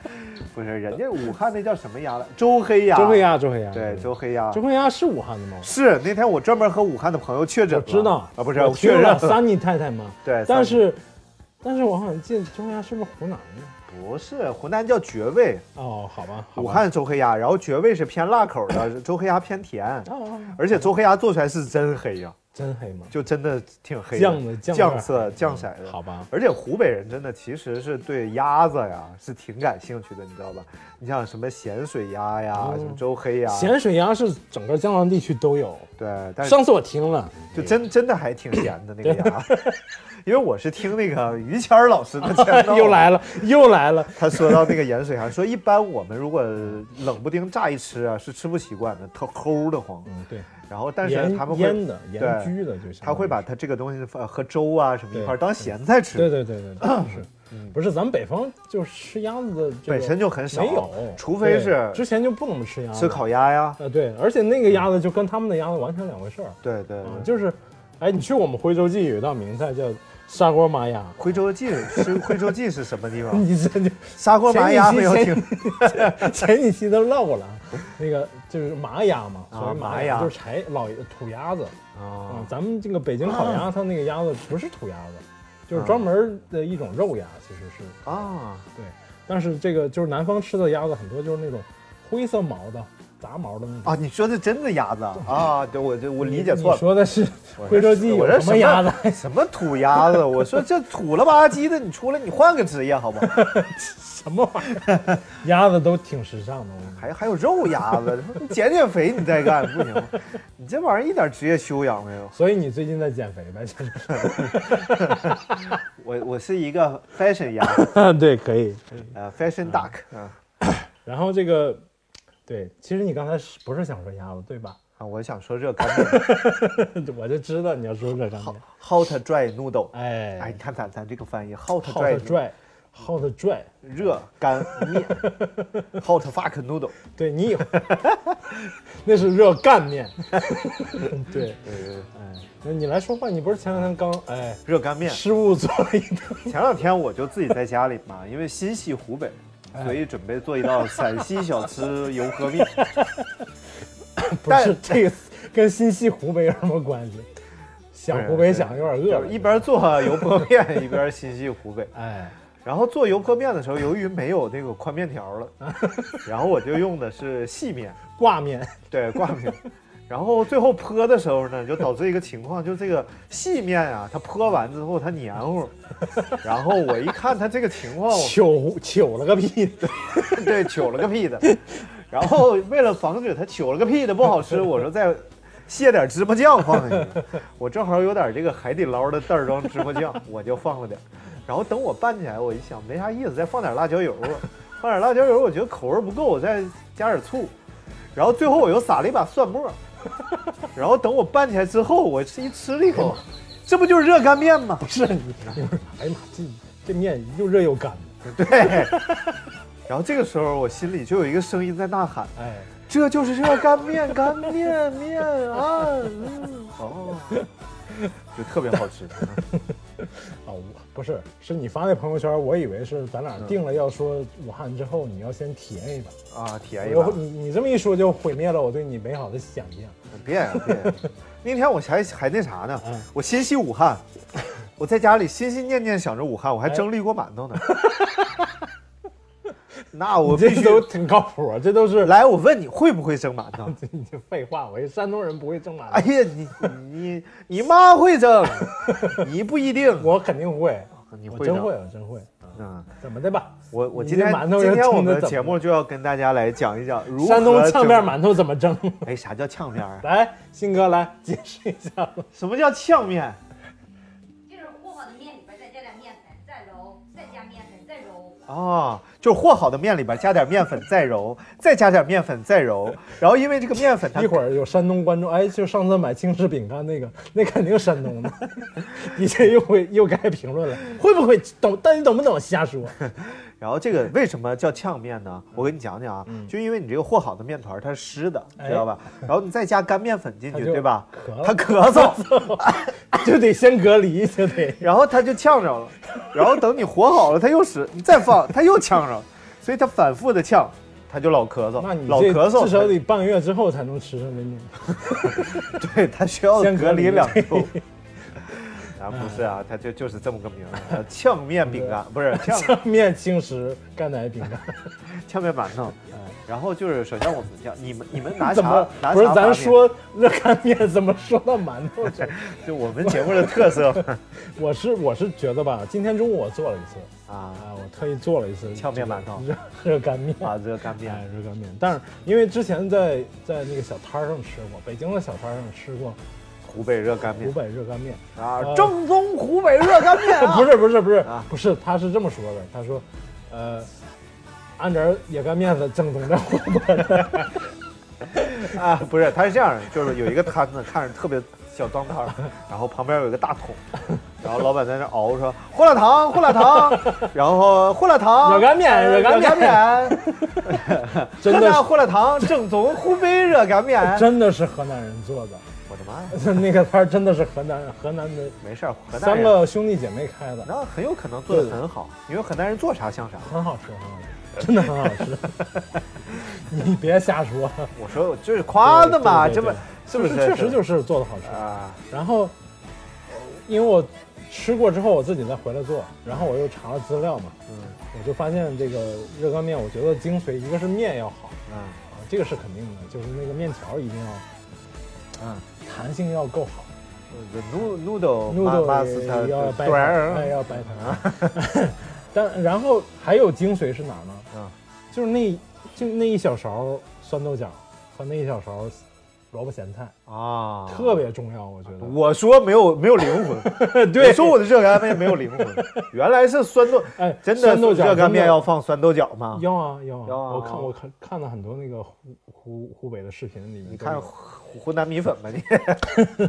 Speaker 1: 不是人家武汉那叫什么鸭来？周黑鸭。
Speaker 2: [LAUGHS] 周黑。鸭，周黑鸭，
Speaker 1: 啊对，周黑鸭
Speaker 2: 周。黑鸭是武汉的吗？
Speaker 1: 是那天我专门和武汉的朋友确诊
Speaker 2: 我
Speaker 1: 了，
Speaker 2: 知道
Speaker 1: 啊，不是
Speaker 2: 我
Speaker 1: 确
Speaker 2: 听
Speaker 1: 认
Speaker 2: 了
Speaker 1: 了，
Speaker 2: 桑尼太太嘛，
Speaker 1: 对
Speaker 2: 但
Speaker 1: Sunny
Speaker 2: 是，但是我好像记得周黑鸭是不是湖南的？
Speaker 1: 不是湖南叫绝味，
Speaker 2: 哦，好吧，好吧
Speaker 1: 武汉周黑鸭，然后绝味是偏辣口的，周黑鸭偏甜，
Speaker 2: 哦哦，哦
Speaker 1: 而且周黑鸭做出来是真黑呀，
Speaker 2: 真黑吗？
Speaker 1: 就真的挺黑
Speaker 2: 酱的酱味儿哎嗯
Speaker 1: 酱色酱色的，
Speaker 2: 好吧，
Speaker 1: 而且湖北人真的其实是对鸭子呀是挺感兴趣的，你知道吧？你像什么咸水鸭呀，什么周黑鸭，
Speaker 2: 哦咸水鸭是整个江南地区都有。
Speaker 1: 对，啊但是
Speaker 2: 上次我听了，
Speaker 1: 就真真的还挺咸的那个
Speaker 2: [LAUGHS]
Speaker 1: 鸭，因为我是听那个于谦儿老师的签
Speaker 2: [LAUGHS]
Speaker 1: 到，
Speaker 2: 又来了，又来了。
Speaker 1: 他说到那个盐水鸭，说一般我们如果冷不丁乍一吃啊是吃不习惯的，它齁的慌。
Speaker 2: 嗯，对，
Speaker 1: 然后但是
Speaker 2: 盐
Speaker 1: 他们
Speaker 2: 腌
Speaker 1: 会
Speaker 2: 的、
Speaker 1: 对
Speaker 2: 盐焗的，就相当于
Speaker 1: 他会把它这个东西放和粥啊什么一块儿
Speaker 2: 对
Speaker 1: 当咸菜吃，
Speaker 2: 对对对对对，是。不是，咱们北方就是吃鸭子的这个
Speaker 1: 嗯本身就很少，
Speaker 2: 没有，
Speaker 1: 除非是
Speaker 2: 对之前就不怎么吃鸭子，
Speaker 1: 吃烤嗯鸭呀。
Speaker 2: 呃，对，而且那个鸭子就跟他们的鸭子完全两回事儿，
Speaker 1: 对对对
Speaker 2: 嗯，就是，哎，你去我们徽州记有一道名菜叫砂锅麻鸭， [LAUGHS]
Speaker 1: 徽州记是徽州记是什么地方？
Speaker 2: 你这就
Speaker 1: 砂锅麻鸭没有
Speaker 2: 前
Speaker 1: 听
Speaker 2: 几， [LAUGHS] 前几期都唠过了，那个就是麻鸭嘛，
Speaker 1: 啊
Speaker 2: 所谓
Speaker 1: 麻
Speaker 2: 麻
Speaker 1: 鸭
Speaker 2: 就是柴老土鸭子啊、
Speaker 1: 啊
Speaker 2: 咱们这个北京烤
Speaker 1: [LAUGHS]
Speaker 2: 鸭，它那个鸭子不是土鸭子，就是专门的一种肉鸭，其实是
Speaker 1: 啊
Speaker 2: 对，但是这个就是南方吃的鸭子很多就是那种灰色毛的杂毛的那种。
Speaker 1: 啊！你说的真的鸭子啊啊？对，我这我理
Speaker 2: 嗯你
Speaker 1: 解错
Speaker 2: 你
Speaker 1: 了。
Speaker 2: 说的是
Speaker 1: 我
Speaker 2: [LAUGHS] 徽
Speaker 1: 这
Speaker 2: 州记
Speaker 1: 我
Speaker 2: 有
Speaker 1: 这
Speaker 2: 什么鸭子？ [LAUGHS]
Speaker 1: 什么土鸭子？我说这土了吧唧的，你出来你换个职业好不
Speaker 2: [LAUGHS]
Speaker 1: 好？
Speaker 2: 什么玩意儿？鸭子都挺时尚的，我跟你
Speaker 1: 还还有肉鸭子，你减减肥你再干不行吗？ [LAUGHS] 你这玩意儿一点职业修养没有。
Speaker 2: 所以你最近在减肥
Speaker 1: [LAUGHS]
Speaker 2: 呗？就是
Speaker 1: 我我是一个 fashion 鸭，
Speaker 2: 对，可以。
Speaker 1: 呃，fashion duck
Speaker 2: 嗯
Speaker 1: 啊
Speaker 2: 然后这个，对，其实你刚才是不是想说鸭子对吧？
Speaker 1: 啊！我想说这干面
Speaker 2: [LAUGHS] 我就知道你要说这张面。
Speaker 1: hot dry noodle，
Speaker 2: 哎，
Speaker 1: 哎，你看咱咱这个翻译 hot
Speaker 2: 耗的
Speaker 1: dry noodle
Speaker 2: 拽，耗的拽。
Speaker 1: 热干
Speaker 2: [LAUGHS]
Speaker 1: 面，hot fuck noodle。
Speaker 2: 对你以后， [LAUGHS] 那是热干面。 [LAUGHS] 对，哎，那你来说话，你不是前两天刚哎
Speaker 1: 热干面。
Speaker 2: 失误做了一
Speaker 1: [LAUGHS]
Speaker 2: 道，
Speaker 1: 前两天我就自己在家里嘛，因为心系湖北，
Speaker 2: 哎
Speaker 1: 所以准备做一道陕西小吃油泼
Speaker 2: [LAUGHS]
Speaker 1: 面。
Speaker 2: 不
Speaker 1: 但
Speaker 2: 是这个跟新西湖北有什么关系？
Speaker 1: 不
Speaker 2: 想
Speaker 1: 是
Speaker 2: 湖北想有点饿
Speaker 1: 就
Speaker 2: 了
Speaker 1: 是一边做油泼面，一边心系湖北。
Speaker 2: 哎，
Speaker 1: 然后做油泼面的时候，由于没有那个宽面条
Speaker 2: [LAUGHS]
Speaker 1: 了，然后我就用的是细面，
Speaker 2: 挂面。
Speaker 1: 对挂面。然后最后泼的时候呢，就导致一个情况，就这个细面啊，它泼完之后它黏糊。然后我一看它这个情况，我
Speaker 2: [LAUGHS] 糗糗了个屁！ [LAUGHS]
Speaker 1: [LAUGHS] 对，糗了个屁的。然后为了防止它糗了个屁的不好吃，我说再卸点芝麻酱放进去。我正好有点这个海底捞的袋儿装芝麻酱，我就放了点儿。然后等我拌起来，我一想没啥意思，再放点辣椒油吧。放点辣椒油，我觉得口味不够，我再加点醋。然后最后我又撒了一把蒜末儿。然后等我拌起来之后，我一吃了一口，这不就是热干面吗？ [LAUGHS]
Speaker 2: 不是你，你不是，哎呀妈，这这面又热又干的，
Speaker 1: 对。然后这个时候，我心里就有一个声音在呐喊。
Speaker 2: 哎，
Speaker 1: 这就是热干面，干面面啊，嗯哦，就特别好吃。嗯
Speaker 2: 啊，我不是，是你发那朋友圈，我以为是咱
Speaker 1: 嗯
Speaker 2: 俩定了要说武汉之后，你要先体验一把。
Speaker 1: 啊，体验一把
Speaker 2: 我，你你这么一说，就毁灭了我对你美好的想象。
Speaker 1: 别呀、别呀、那天我还还那啥呢
Speaker 2: 嗯，
Speaker 1: 我心系武汉，我在家里心心念念想着武汉，我还蒸了一锅馒
Speaker 2: [LAUGHS]
Speaker 1: 头呢。那我必
Speaker 2: 这
Speaker 1: 须
Speaker 2: 都挺靠谱啊，这都是， [LAUGHS]
Speaker 1: 来，我问你会不会蒸馒头？
Speaker 2: 你这废话，我一山东人不会蒸馒头，
Speaker 1: 哎呀，你你你妈会蒸，你不一定。
Speaker 2: 我肯定会，
Speaker 1: 你
Speaker 2: 我
Speaker 1: 会
Speaker 2: 真
Speaker 1: 蒸
Speaker 2: 会，我真会啊！
Speaker 1: 嗯，
Speaker 2: 怎么的吧？
Speaker 1: 我我
Speaker 2: 你
Speaker 1: 今
Speaker 2: 这
Speaker 1: 天
Speaker 2: 馒头
Speaker 1: 今
Speaker 2: 要
Speaker 1: 天我
Speaker 2: 蒸得
Speaker 1: 们的
Speaker 2: 怎么
Speaker 1: 节目就要跟大家来讲一讲如何
Speaker 2: 山东炝面
Speaker 1: 整
Speaker 2: 馒头怎么蒸？ [LAUGHS]
Speaker 1: 哎，啥叫呛面啊？
Speaker 2: 来，鑫哥来解释一下吧。
Speaker 1: 什么叫呛面？
Speaker 4: 就是和好的面里边再加点面粉，再揉，再加面粉，再揉。
Speaker 1: 哦，就是和好的面里边加点面粉再揉，再加点面粉再揉，然后因为这个面粉它
Speaker 2: 一会儿有山东观众，哎，就上次买轻食饼干那个，那肯定山东的。 [LAUGHS] 底下又会又该评论了，会不会懂？但你懂不懂？瞎说。
Speaker 1: 然后这个为什么叫呛面呢？我给你讲讲啊，就因为你这个和好的面团它是湿的，
Speaker 2: 嗯哎
Speaker 1: 知道吧？然后你再加干面粉进去，
Speaker 2: 它就
Speaker 1: 对吧
Speaker 2: 咳？了
Speaker 1: 它 [LAUGHS] 咳嗽，
Speaker 2: 就得先隔离，就得
Speaker 1: 然后它就呛着了，然后等你和好了，它又湿，你再放它又呛着，所以它反复的呛，它就老咳嗽
Speaker 2: [LAUGHS] 那你，
Speaker 1: 老
Speaker 2: 这
Speaker 1: 咳嗽，
Speaker 2: 至少得半个月之后才能吃上这面。
Speaker 1: [LAUGHS]
Speaker 2: [LAUGHS]
Speaker 1: 对，它需要
Speaker 2: 先
Speaker 1: 隔
Speaker 2: 隔
Speaker 1: 离
Speaker 2: 离
Speaker 1: 两
Speaker 2: [LAUGHS]
Speaker 1: 周。啊，不是啊，它就就是这么个名儿啊，呛面饼
Speaker 2: 嗯
Speaker 1: 干不是呛
Speaker 2: [LAUGHS] 上面轻食干奶饼干，
Speaker 1: 呛面馒头。嗯然后就是，首先我们讲，你们你们拿
Speaker 2: [LAUGHS] 怎么
Speaker 1: 啥拿啥
Speaker 2: 不是？
Speaker 1: 把
Speaker 2: 咱
Speaker 1: 面
Speaker 2: 说 [LAUGHS] 热干面，怎么说到馒头去了？
Speaker 1: 就我们节目的特色
Speaker 2: [LAUGHS] 我是我是觉得吧，今天中午我做了一次
Speaker 1: 啊
Speaker 2: 啊，我特意做了一次
Speaker 1: 呛面馒头
Speaker 2: [LAUGHS] 热热干面。
Speaker 1: 啊，热干面
Speaker 2: 哎，热干面，但是因为之前在在那个小摊儿上吃过，北京的小摊儿上吃过
Speaker 1: 湖北热干
Speaker 2: 湖
Speaker 1: 面
Speaker 2: 北热干面，
Speaker 1: 啊，
Speaker 2: 呃
Speaker 1: 正宗湖北热干面啊
Speaker 2: [LAUGHS] 不是不是不是、
Speaker 1: 啊
Speaker 2: 不是，他是这么说的，他说，呃，按点儿野干面子正宗的湖北的，
Speaker 1: [LAUGHS] 啊，不是，他是这样的，就是有一个摊子，看着特别小脏摊儿，然后旁边有一个大桶，然后老板在那熬说胡辣汤，胡辣汤，然后胡辣汤，
Speaker 2: [LAUGHS] 热干面
Speaker 1: 呃热
Speaker 2: 热干面
Speaker 1: 面，
Speaker 2: [LAUGHS] 真的
Speaker 1: 河
Speaker 2: 是
Speaker 1: 南胡辣汤，正宗湖北热干面。
Speaker 2: 真的是河南人做的， [LAUGHS]
Speaker 1: 我的妈呀，
Speaker 2: 那个摊儿真的是河南河南的
Speaker 1: 没事儿，河南
Speaker 2: 三
Speaker 1: 人
Speaker 2: 个兄弟姐妹开的，
Speaker 1: 那很有可能做的很好，因为河南人做啥像啥。
Speaker 2: 很好吃，很好吃，真的很好吃， [LAUGHS] 你别瞎说，
Speaker 1: 我说我就是夸的嘛，
Speaker 2: 对
Speaker 1: 这
Speaker 2: 对
Speaker 1: 不
Speaker 2: 对
Speaker 1: 是不是？
Speaker 2: 确实就是做的好吃。
Speaker 1: 啊，
Speaker 2: 然后，呃因为我吃过之后，我自己再回来做，然后我又查了资料嘛，
Speaker 1: 嗯
Speaker 2: 我就发现这个热干面，我觉得精髓一个是面要好
Speaker 1: 嗯
Speaker 2: 啊，这个是肯定的，就是那个面条一定要
Speaker 1: 嗯。
Speaker 2: 弹性要够好，
Speaker 1: The noodle noodle
Speaker 2: 弄
Speaker 1: ma-
Speaker 2: 得
Speaker 1: master
Speaker 2: 要白
Speaker 1: 端
Speaker 2: 盘，哎
Speaker 1: 儿啊
Speaker 2: 要白
Speaker 1: [LAUGHS]
Speaker 2: 盘。但然后还有精髓是哪儿呢？
Speaker 1: 嗯
Speaker 2: 就是那就那一小勺酸豆角和那一小勺萝卜咸菜，
Speaker 1: 啊，
Speaker 2: 特别重要，我觉得。 [LAUGHS]
Speaker 1: 我说没有没有灵魂，
Speaker 2: 对
Speaker 1: 我说我的热干面没有灵魂，
Speaker 2: [LAUGHS]
Speaker 1: 原来是酸豆，
Speaker 2: 哎
Speaker 1: 真的
Speaker 2: 酸豆角
Speaker 1: 热干
Speaker 2: 真
Speaker 1: 面
Speaker 2: 的
Speaker 1: 要放酸豆角吗？
Speaker 2: 要啊要啊！
Speaker 1: 要啊
Speaker 2: 我看我看看了很多那个湖湖湖北的视频里面都有，
Speaker 1: 你看湖湖南米粉吧你，
Speaker 2: [LAUGHS] 那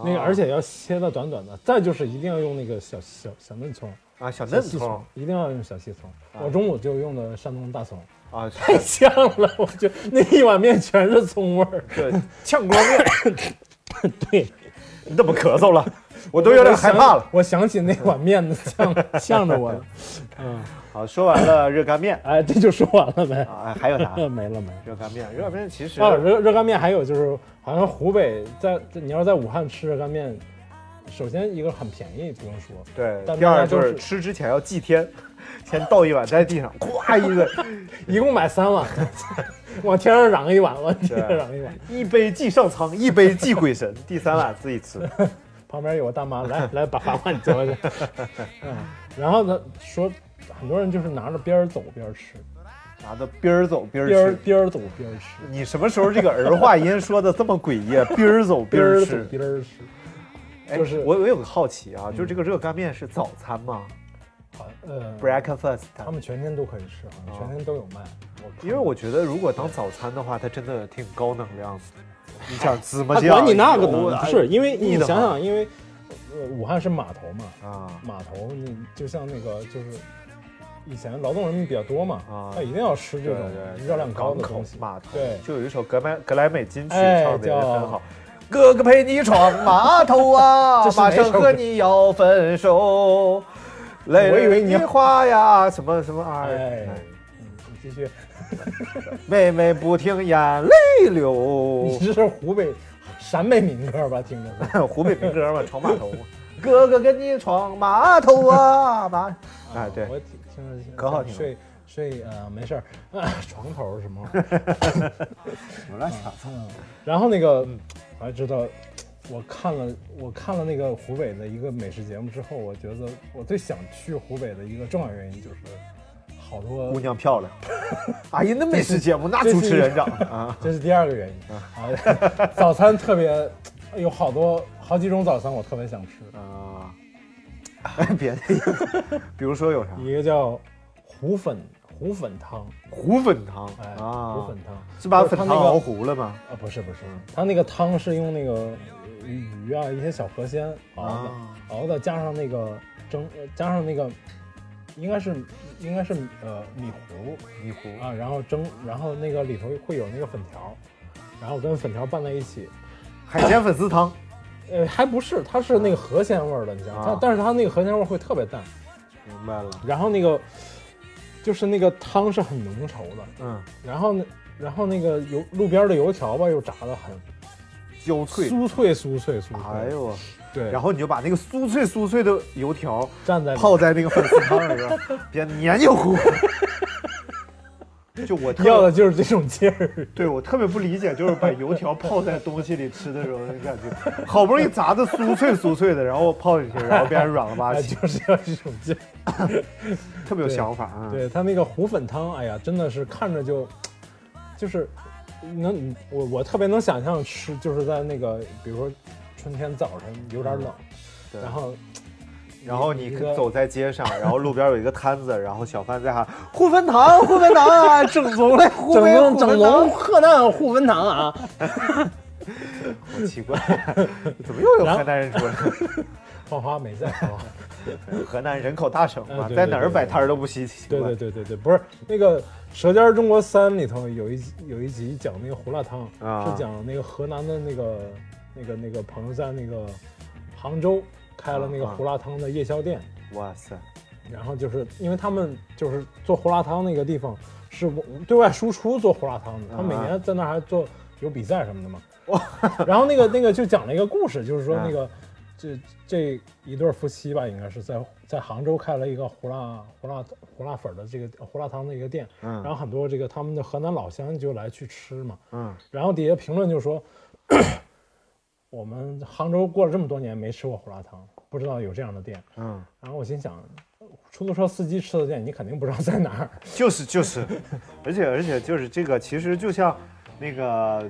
Speaker 1: 啊
Speaker 2: 个，而且要切的短短的。再就是一定要用那个小小小嫩葱，
Speaker 1: 啊小
Speaker 2: 小
Speaker 1: 嫩
Speaker 2: 细
Speaker 1: 葱
Speaker 2: 葱，一定要用小细葱。我中午就用的山东大葱，
Speaker 1: 啊，
Speaker 2: [LAUGHS] 太香了，我就那一碗面全是葱味儿。
Speaker 1: 对，炝锅面，
Speaker 2: [LAUGHS] 对，
Speaker 1: 你怎么咳嗽
Speaker 2: [LAUGHS]
Speaker 1: 了？我都有点害怕了。
Speaker 2: 我想起那碗面 [LAUGHS] 子呛呛着我 [LAUGHS] 了。嗯，
Speaker 1: 好，说完了热干面
Speaker 2: 哎，这就说完了呗。
Speaker 1: 啊，哎还有啥？
Speaker 2: [LAUGHS] 没了没了。
Speaker 1: 热干面，热干面其实
Speaker 2: 啊，热热干面还有就是，好像湖北在你要是在武汉吃热干面，首先一个很便宜，不用说，
Speaker 1: 对，
Speaker 2: 但
Speaker 1: 第二就
Speaker 2: 大家
Speaker 1: 是
Speaker 2: 都是
Speaker 1: 吃之前要祭天， [LAUGHS] 先倒一碗在地上，咵一个
Speaker 2: 一共买三 [LAUGHS] 碗，往天上嚷一碗，往地上
Speaker 1: 对
Speaker 2: 嚷一碗。
Speaker 1: 一杯祭上苍，一杯祭鬼神，第三碗自己吃。
Speaker 2: 旁边有个大妈，
Speaker 1: [LAUGHS]
Speaker 2: 来来把把碗交下。嗯，然后呢，说很多人就是拿着边儿走边儿吃，
Speaker 1: 拿着边儿走边儿
Speaker 2: 边儿
Speaker 1: 吃。
Speaker 2: 边儿走边儿吃，
Speaker 1: 你什么时候这个儿化音说的这么诡异啊？边儿
Speaker 2: [LAUGHS]
Speaker 1: 走边
Speaker 2: 边
Speaker 1: 儿
Speaker 2: 儿走
Speaker 1: 吃，
Speaker 2: 边儿吃，
Speaker 1: 哎
Speaker 2: 就是嗯
Speaker 1: 我我有个好奇啊，就是这个热干面是早餐吗
Speaker 2: 好，呃，
Speaker 1: ？Breakfast？
Speaker 2: 他们全天都可以吃，好像全天都有卖。我看
Speaker 1: 哦因为我觉得如果当早餐的话，它真的挺高能量的。你想芝麻
Speaker 2: 他
Speaker 1: 酱？
Speaker 2: 管你那个
Speaker 1: 油
Speaker 2: 呢，
Speaker 1: 啊
Speaker 2: 不是因为你
Speaker 1: 腻得
Speaker 2: 想
Speaker 1: 慌
Speaker 2: 想，因为呃武汉是码头嘛，
Speaker 1: 啊
Speaker 2: 码头你就像那个就是以前劳动人民比较多嘛，
Speaker 1: 啊
Speaker 2: 他一定要吃这种热量高的
Speaker 1: 港口
Speaker 2: 东西。
Speaker 1: 码头，
Speaker 2: 对
Speaker 1: 就有一首格莱格莱美金曲
Speaker 2: 哎
Speaker 1: 唱的也
Speaker 2: 叫
Speaker 1: 很好。哥哥陪你闯码头啊
Speaker 2: [LAUGHS] 这，是
Speaker 1: 马
Speaker 2: 哪首
Speaker 1: 上和你要分手。泪
Speaker 2: 我以为
Speaker 1: 水
Speaker 2: 你
Speaker 1: 你
Speaker 2: 要
Speaker 1: 花呀， [LAUGHS] 什么什么啊？
Speaker 2: 哎，嗯你继续，
Speaker 1: 妹妹不停眼泪流
Speaker 2: [LAUGHS] 你。这是湖北陕北民歌吧？听着是
Speaker 1: 湖北民
Speaker 2: [LAUGHS]
Speaker 1: 歌嘛，闯码头嘛。哥哥跟你闯码头啊， [LAUGHS] 马啊对
Speaker 2: 我听听着听着
Speaker 1: 可好听了
Speaker 2: 睡睡呃没事儿、床头 [LAUGHS] 什么玩意儿。
Speaker 1: 我乱想。
Speaker 2: 嗯，然后那个，我还知道我看了我看了那个湖北的一个美食节目之后，我觉得我最想去湖北的一个重要原因就是，好多
Speaker 1: 姑娘
Speaker 2: [LAUGHS]
Speaker 1: 漂亮。哎呀，那美食节目那主持人长得啊， [LAUGHS]
Speaker 2: 这是第二个原因啊。 [LAUGHS] 早餐特别有好多好几种早餐，我特别想吃。
Speaker 1: 啊，哎，别 [LAUGHS] 的，比如说有啥
Speaker 2: 一个叫糊粉糊粉汤，
Speaker 1: 糊粉汤
Speaker 2: 哎，
Speaker 1: 啊，
Speaker 2: 糊粉汤
Speaker 1: 是把
Speaker 2: 就是
Speaker 1: 粉
Speaker 2: 它
Speaker 1: 汤
Speaker 2: 那个
Speaker 1: 熬糊了吗？
Speaker 2: 啊，不是不是，它那个汤是用那个鱼啊一些小河鲜熬的，
Speaker 1: 啊
Speaker 2: 熬的加上那个蒸，呃加上那个应该是应该是呃米糊，
Speaker 1: 米糊
Speaker 2: 啊，然后蒸，然后那个里头会有那个粉条，然后跟粉条拌在一起，
Speaker 1: 海鲜粉丝汤
Speaker 2: 呃，还不是，它是那个河鲜味儿的，你知道，它
Speaker 1: 啊
Speaker 2: 但是它那个河鲜味儿会特别淡，
Speaker 1: 明白了，
Speaker 2: 然后那个就是那个汤是很浓稠的，
Speaker 1: 嗯，
Speaker 2: 然后呢，然后那个油路边的油条吧又炸的很
Speaker 1: 焦脆，
Speaker 2: 酥脆酥脆酥脆，
Speaker 1: 哎呦我，
Speaker 2: 对，
Speaker 1: 然后你就把那个酥脆酥脆的油条
Speaker 2: 站在里
Speaker 1: 泡在那个粉丝汤里边， [LAUGHS] 别黏黏糊糊。就我 [LAUGHS] 特
Speaker 2: 要的就是这种劲
Speaker 1: [LAUGHS]
Speaker 2: 儿，
Speaker 1: 对我特别不理解，就是把油条泡在东西里吃的时候那感觉，好不容易炸的酥脆酥脆的，然后泡进去，然后变成软了吧 [LAUGHS]
Speaker 2: 哎，
Speaker 1: 唧，
Speaker 2: 就是要这种劲儿。
Speaker 1: 特别有想法啊。
Speaker 2: 对他那个糊粉汤，哎呀，真的是看着就，就是能我我特别能想象吃，就是在那个比如说春天早晨有点冷，
Speaker 1: 嗯对
Speaker 2: 然后
Speaker 1: 然后你
Speaker 2: 一个
Speaker 1: 走在街
Speaker 2: [LAUGHS]
Speaker 1: 上，然后路边有一个摊子，然后小贩在喊“护粉糖，护粉糖
Speaker 2: [LAUGHS]
Speaker 1: 啊，整容嘞，护
Speaker 2: 整
Speaker 1: 粉
Speaker 2: 容整容，河南糊粉汤啊，
Speaker 1: 好奇怪， [LAUGHS] 怎么又有
Speaker 2: 然后
Speaker 1: 河南人出来？
Speaker 2: 黄花没在，
Speaker 1: 哦
Speaker 2: 黄花
Speaker 1: 河南人口大省嘛，
Speaker 2: 嗯对
Speaker 1: 在哪
Speaker 2: 对
Speaker 1: 儿
Speaker 2: 对
Speaker 1: 摆摊儿都不稀奇。
Speaker 2: 对对，对对对，不是那个《舌尖中国三》里头有一集有一集讲那个胡辣汤，
Speaker 1: 啊
Speaker 2: 是讲那个河南的那个那个那个朋友在那个杭州开了那个
Speaker 1: 啊啊
Speaker 2: 胡辣汤的夜宵店。
Speaker 1: 哇塞，
Speaker 2: 然后就是因为他们就是做胡辣汤那个地方是我对外输出做胡辣汤的，他们每年在那儿还做有比赛什么的嘛。哇！然后那个那个就讲了一个故事，就是说那个这这一对夫妻吧，应该是在在杭州开了一个胡辣胡辣胡辣粉儿的这个胡辣汤的一个店，
Speaker 1: 嗯
Speaker 2: 然后很多这个他们的河南老乡就来去吃嘛，
Speaker 1: 嗯，
Speaker 2: 然后底下评论就说， [COUGHS] 我们杭州过了这么多年没吃过胡辣汤，不知道有这样的店。
Speaker 1: 嗯，
Speaker 2: 然后我心想，出租车司机吃的店你肯定不知道在哪儿。
Speaker 1: 就是就是，而且而且就是这个，其实就像那个。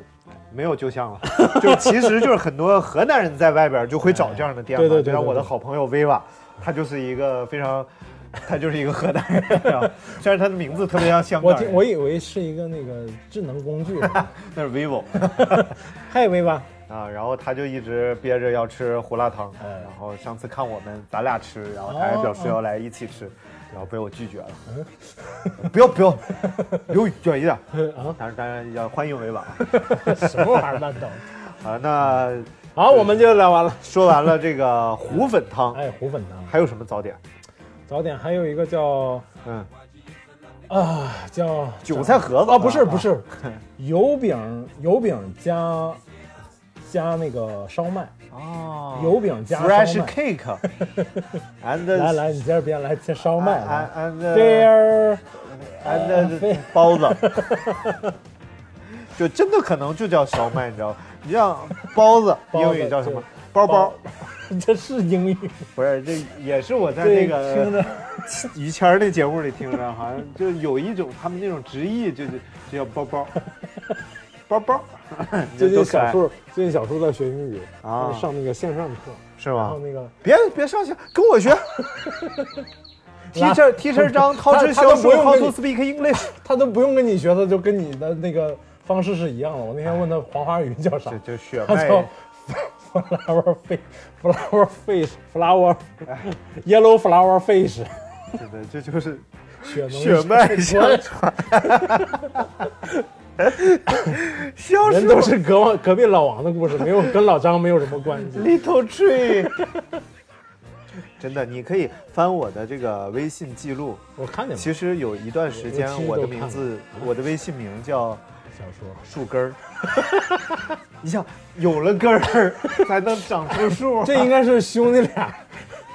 Speaker 1: 没有就像了，就其实就是很多河南人在外边就会找这样的店嘛。
Speaker 2: 对对对
Speaker 1: 就像
Speaker 2: 对
Speaker 1: 我的
Speaker 2: 对
Speaker 1: 好朋友薇瓦，他就是一个非常，他就是一个河南人，然后虽然他的名字特别像香
Speaker 2: 我
Speaker 1: 港人
Speaker 2: 听，我以为是一个那个智能工具。
Speaker 1: [LAUGHS] 那是 vivo
Speaker 2: 嗨，
Speaker 1: [LAUGHS]
Speaker 2: 威吧，
Speaker 1: 啊，然后他就一直憋着要吃胡辣汤，
Speaker 2: 哎哦
Speaker 1: 然后上次看我们咱俩吃，然后他还表示要来一起吃，然后被我拒绝了，
Speaker 2: 嗯
Speaker 1: [LAUGHS] 不要不要，离我远一点，
Speaker 2: 啊，
Speaker 1: 但是当然要欢迎啊维瓦
Speaker 2: 什么玩意儿烂头？
Speaker 1: 啊。那
Speaker 2: [LAUGHS] 好，我们就聊完了。
Speaker 1: 说完了这个糊粉汤，
Speaker 2: 哎，糊粉汤，
Speaker 1: 还有什么早点？
Speaker 2: 早点还有一个叫
Speaker 1: 嗯，
Speaker 2: 啊叫
Speaker 1: 韭菜盒子
Speaker 2: 啊，不是
Speaker 1: [LAUGHS]
Speaker 2: 不，是，油饼油饼加加那个烧麦，
Speaker 1: 哦，
Speaker 2: 油饼加烧
Speaker 1: fresh
Speaker 2: 麦。
Speaker 1: cake and
Speaker 2: [LAUGHS] 来来，你接着编来切烧麦来。
Speaker 1: and
Speaker 2: There，
Speaker 1: and
Speaker 2: 非
Speaker 1: [LAUGHS] 包子，就真的可能就叫烧麦，你知道吗？你像包子，
Speaker 2: [LAUGHS] 包
Speaker 1: 英
Speaker 2: 子
Speaker 1: 语叫什么
Speaker 2: 对？
Speaker 1: 包包，
Speaker 2: [LAUGHS] 这是英语，
Speaker 1: 不是，这也是我在那
Speaker 2: 对听
Speaker 1: 个
Speaker 2: 着
Speaker 1: [LAUGHS] 于谦儿那节目里听着，好像就有一种他们那种直译，就是就叫包
Speaker 2: [LAUGHS]
Speaker 1: 包，包包，你 [LAUGHS] 这
Speaker 2: 最近
Speaker 1: 多可
Speaker 2: 小
Speaker 1: 爱
Speaker 2: 树，最近小树在学英语
Speaker 1: 啊
Speaker 2: 就是上那个线上课，
Speaker 1: 是
Speaker 2: 然
Speaker 1: 吗
Speaker 2: 后？那个
Speaker 1: 别别上学，跟我 [LAUGHS] 学。Teacher Teacher 张
Speaker 2: 他
Speaker 1: How to
Speaker 2: 他都
Speaker 1: show
Speaker 2: 不
Speaker 1: you
Speaker 2: 用
Speaker 1: how
Speaker 2: 跟
Speaker 1: to
Speaker 2: 你
Speaker 1: speak English。
Speaker 2: 他都不用跟你学，他就跟你的那个方式是一样的。我那天问他黄花鱼叫啥
Speaker 1: 这，这血
Speaker 2: 他
Speaker 1: 脉
Speaker 2: 叫 flower fish [LAUGHS] flower fish flower [LAUGHS] yellow flower fish， [LAUGHS]
Speaker 1: 真的，这就是
Speaker 2: 血浓
Speaker 1: 血脉相传。 [LAUGHS] 小 [LAUGHS]
Speaker 2: 人
Speaker 1: 时
Speaker 2: 都
Speaker 1: 候
Speaker 2: 是隔王隔壁老王的故事，没有跟老张没有什么关系。
Speaker 1: Little Tree，真的，你可以翻我的这个微信记录。
Speaker 2: 我看见了，
Speaker 1: 其实有一段时间
Speaker 2: 我，其实
Speaker 1: 我的
Speaker 2: 都看
Speaker 1: 名字，我的微信名叫
Speaker 2: 小说
Speaker 1: 树根儿。 [LAUGHS] 你想，有了根儿 [LAUGHS] 才能长出树。
Speaker 2: 这应该是兄弟俩，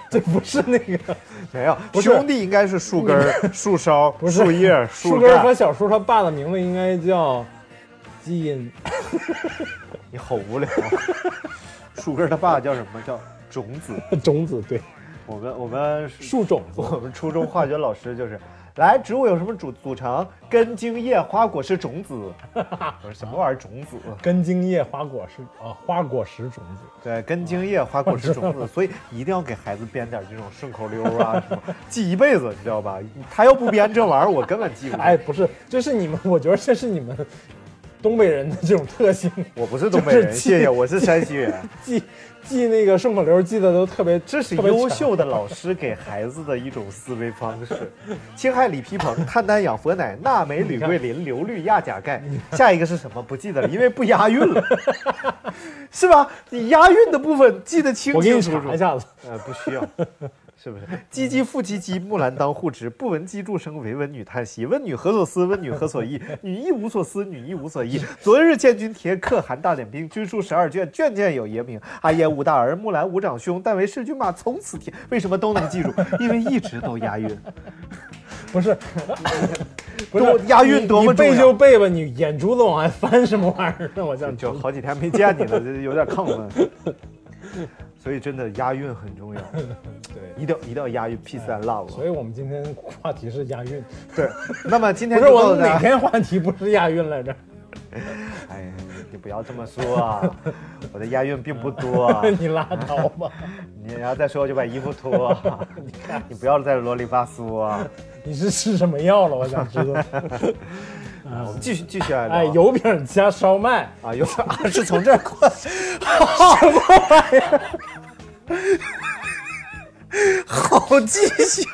Speaker 2: 这不是那个
Speaker 1: 没有，
Speaker 2: 不是
Speaker 1: 兄弟应该是树根儿、树梢、
Speaker 2: 不是
Speaker 1: 树叶、
Speaker 2: 树
Speaker 1: 树
Speaker 2: 根儿
Speaker 1: 干
Speaker 2: 和。小叔他爸的名字应该叫基因。
Speaker 1: 你好无聊。 [LAUGHS] 树根儿他爸叫什么？叫种子。
Speaker 2: [LAUGHS] 种子对，
Speaker 1: 我们我们
Speaker 2: 树种子
Speaker 1: 我们初中化学老师就是，来植物有什么组组成？根、茎、叶、花、果是种子。 [LAUGHS] 我说什么玩意儿种子？
Speaker 2: 根茎叶花果实啊，花果实种子。
Speaker 1: 对，根、茎、叶、花、果是 [LAUGHS] 种子，所以一定要给孩子编点这种顺口溜啊，什么记一辈子，你知道吧？他要不编这玩意儿，我根本记不住。
Speaker 2: 哎，不是，这是你们， [LAUGHS] 我觉得这是你们东北人的这种特性，
Speaker 1: 我不是东北人，
Speaker 2: 就是记
Speaker 1: 谢谢，我是山西人。
Speaker 2: 记记那个顺口溜记得都特别，
Speaker 1: 这是
Speaker 2: 特别
Speaker 1: 优
Speaker 2: 强
Speaker 1: 秀的老师给孩子的一种思维方式。青海李皮鹏、邯郸养佛奶、纳美吕桂林、刘绿亚甲钙，下一个是什么不记得了，因为不押韵了， [LAUGHS] 是吧？你押韵的部分记得清
Speaker 2: 我给
Speaker 1: 清
Speaker 2: 你
Speaker 1: 楚楚
Speaker 2: 查一。下子。
Speaker 1: 呃，不需要，是不是？唧唧复唧唧，木兰当户织，不闻机杼声，惟闻女叹息。问女何所思？问女何所忆？女亦无所思，女亦无所忆。昨日见军帖，可汗大点兵。军书十二卷，卷卷有爷名。阿爷无大儿，木兰无长兄。但为市君马，从此天。为什么都能记住？因为一直都押韵。
Speaker 2: 不 [LAUGHS] 是，不
Speaker 1: 多
Speaker 2: 是
Speaker 1: 押韵多么
Speaker 2: 你背
Speaker 1: 重要
Speaker 2: 就背吧，你眼珠子往外翻什么玩意儿？我想
Speaker 1: 就好几天没见你了，这有点亢奋。 [LAUGHS] 所以真的押韵很重要，
Speaker 2: 对，
Speaker 1: 一定要一定要押韵。Peace and love。
Speaker 2: [LAUGHS] 所以我们今天话题是押韵，
Speaker 1: 对，那么今
Speaker 2: 不
Speaker 1: 天
Speaker 2: 是
Speaker 1: 就
Speaker 2: 我
Speaker 1: 到
Speaker 2: 们
Speaker 1: 这儿
Speaker 2: 哪天话题不是押韵来 [LAUGHS] 着？
Speaker 1: 哎，你不要这么说 [LAUGHS] 啊！我的押韵并不多 [LAUGHS] 啊，
Speaker 2: 你拉倒吧，
Speaker 1: 你要再说我就把衣服脱 [LAUGHS] 啊、你不要再啰里吧嗦啊！
Speaker 2: 你是吃什么药了？我想知道。 [LAUGHS]
Speaker 1: 我们继续继续啊来聊。
Speaker 2: 哎，油饼加烧麦，
Speaker 1: 啊有啊，是从这儿过来， [LAUGHS] 好记性。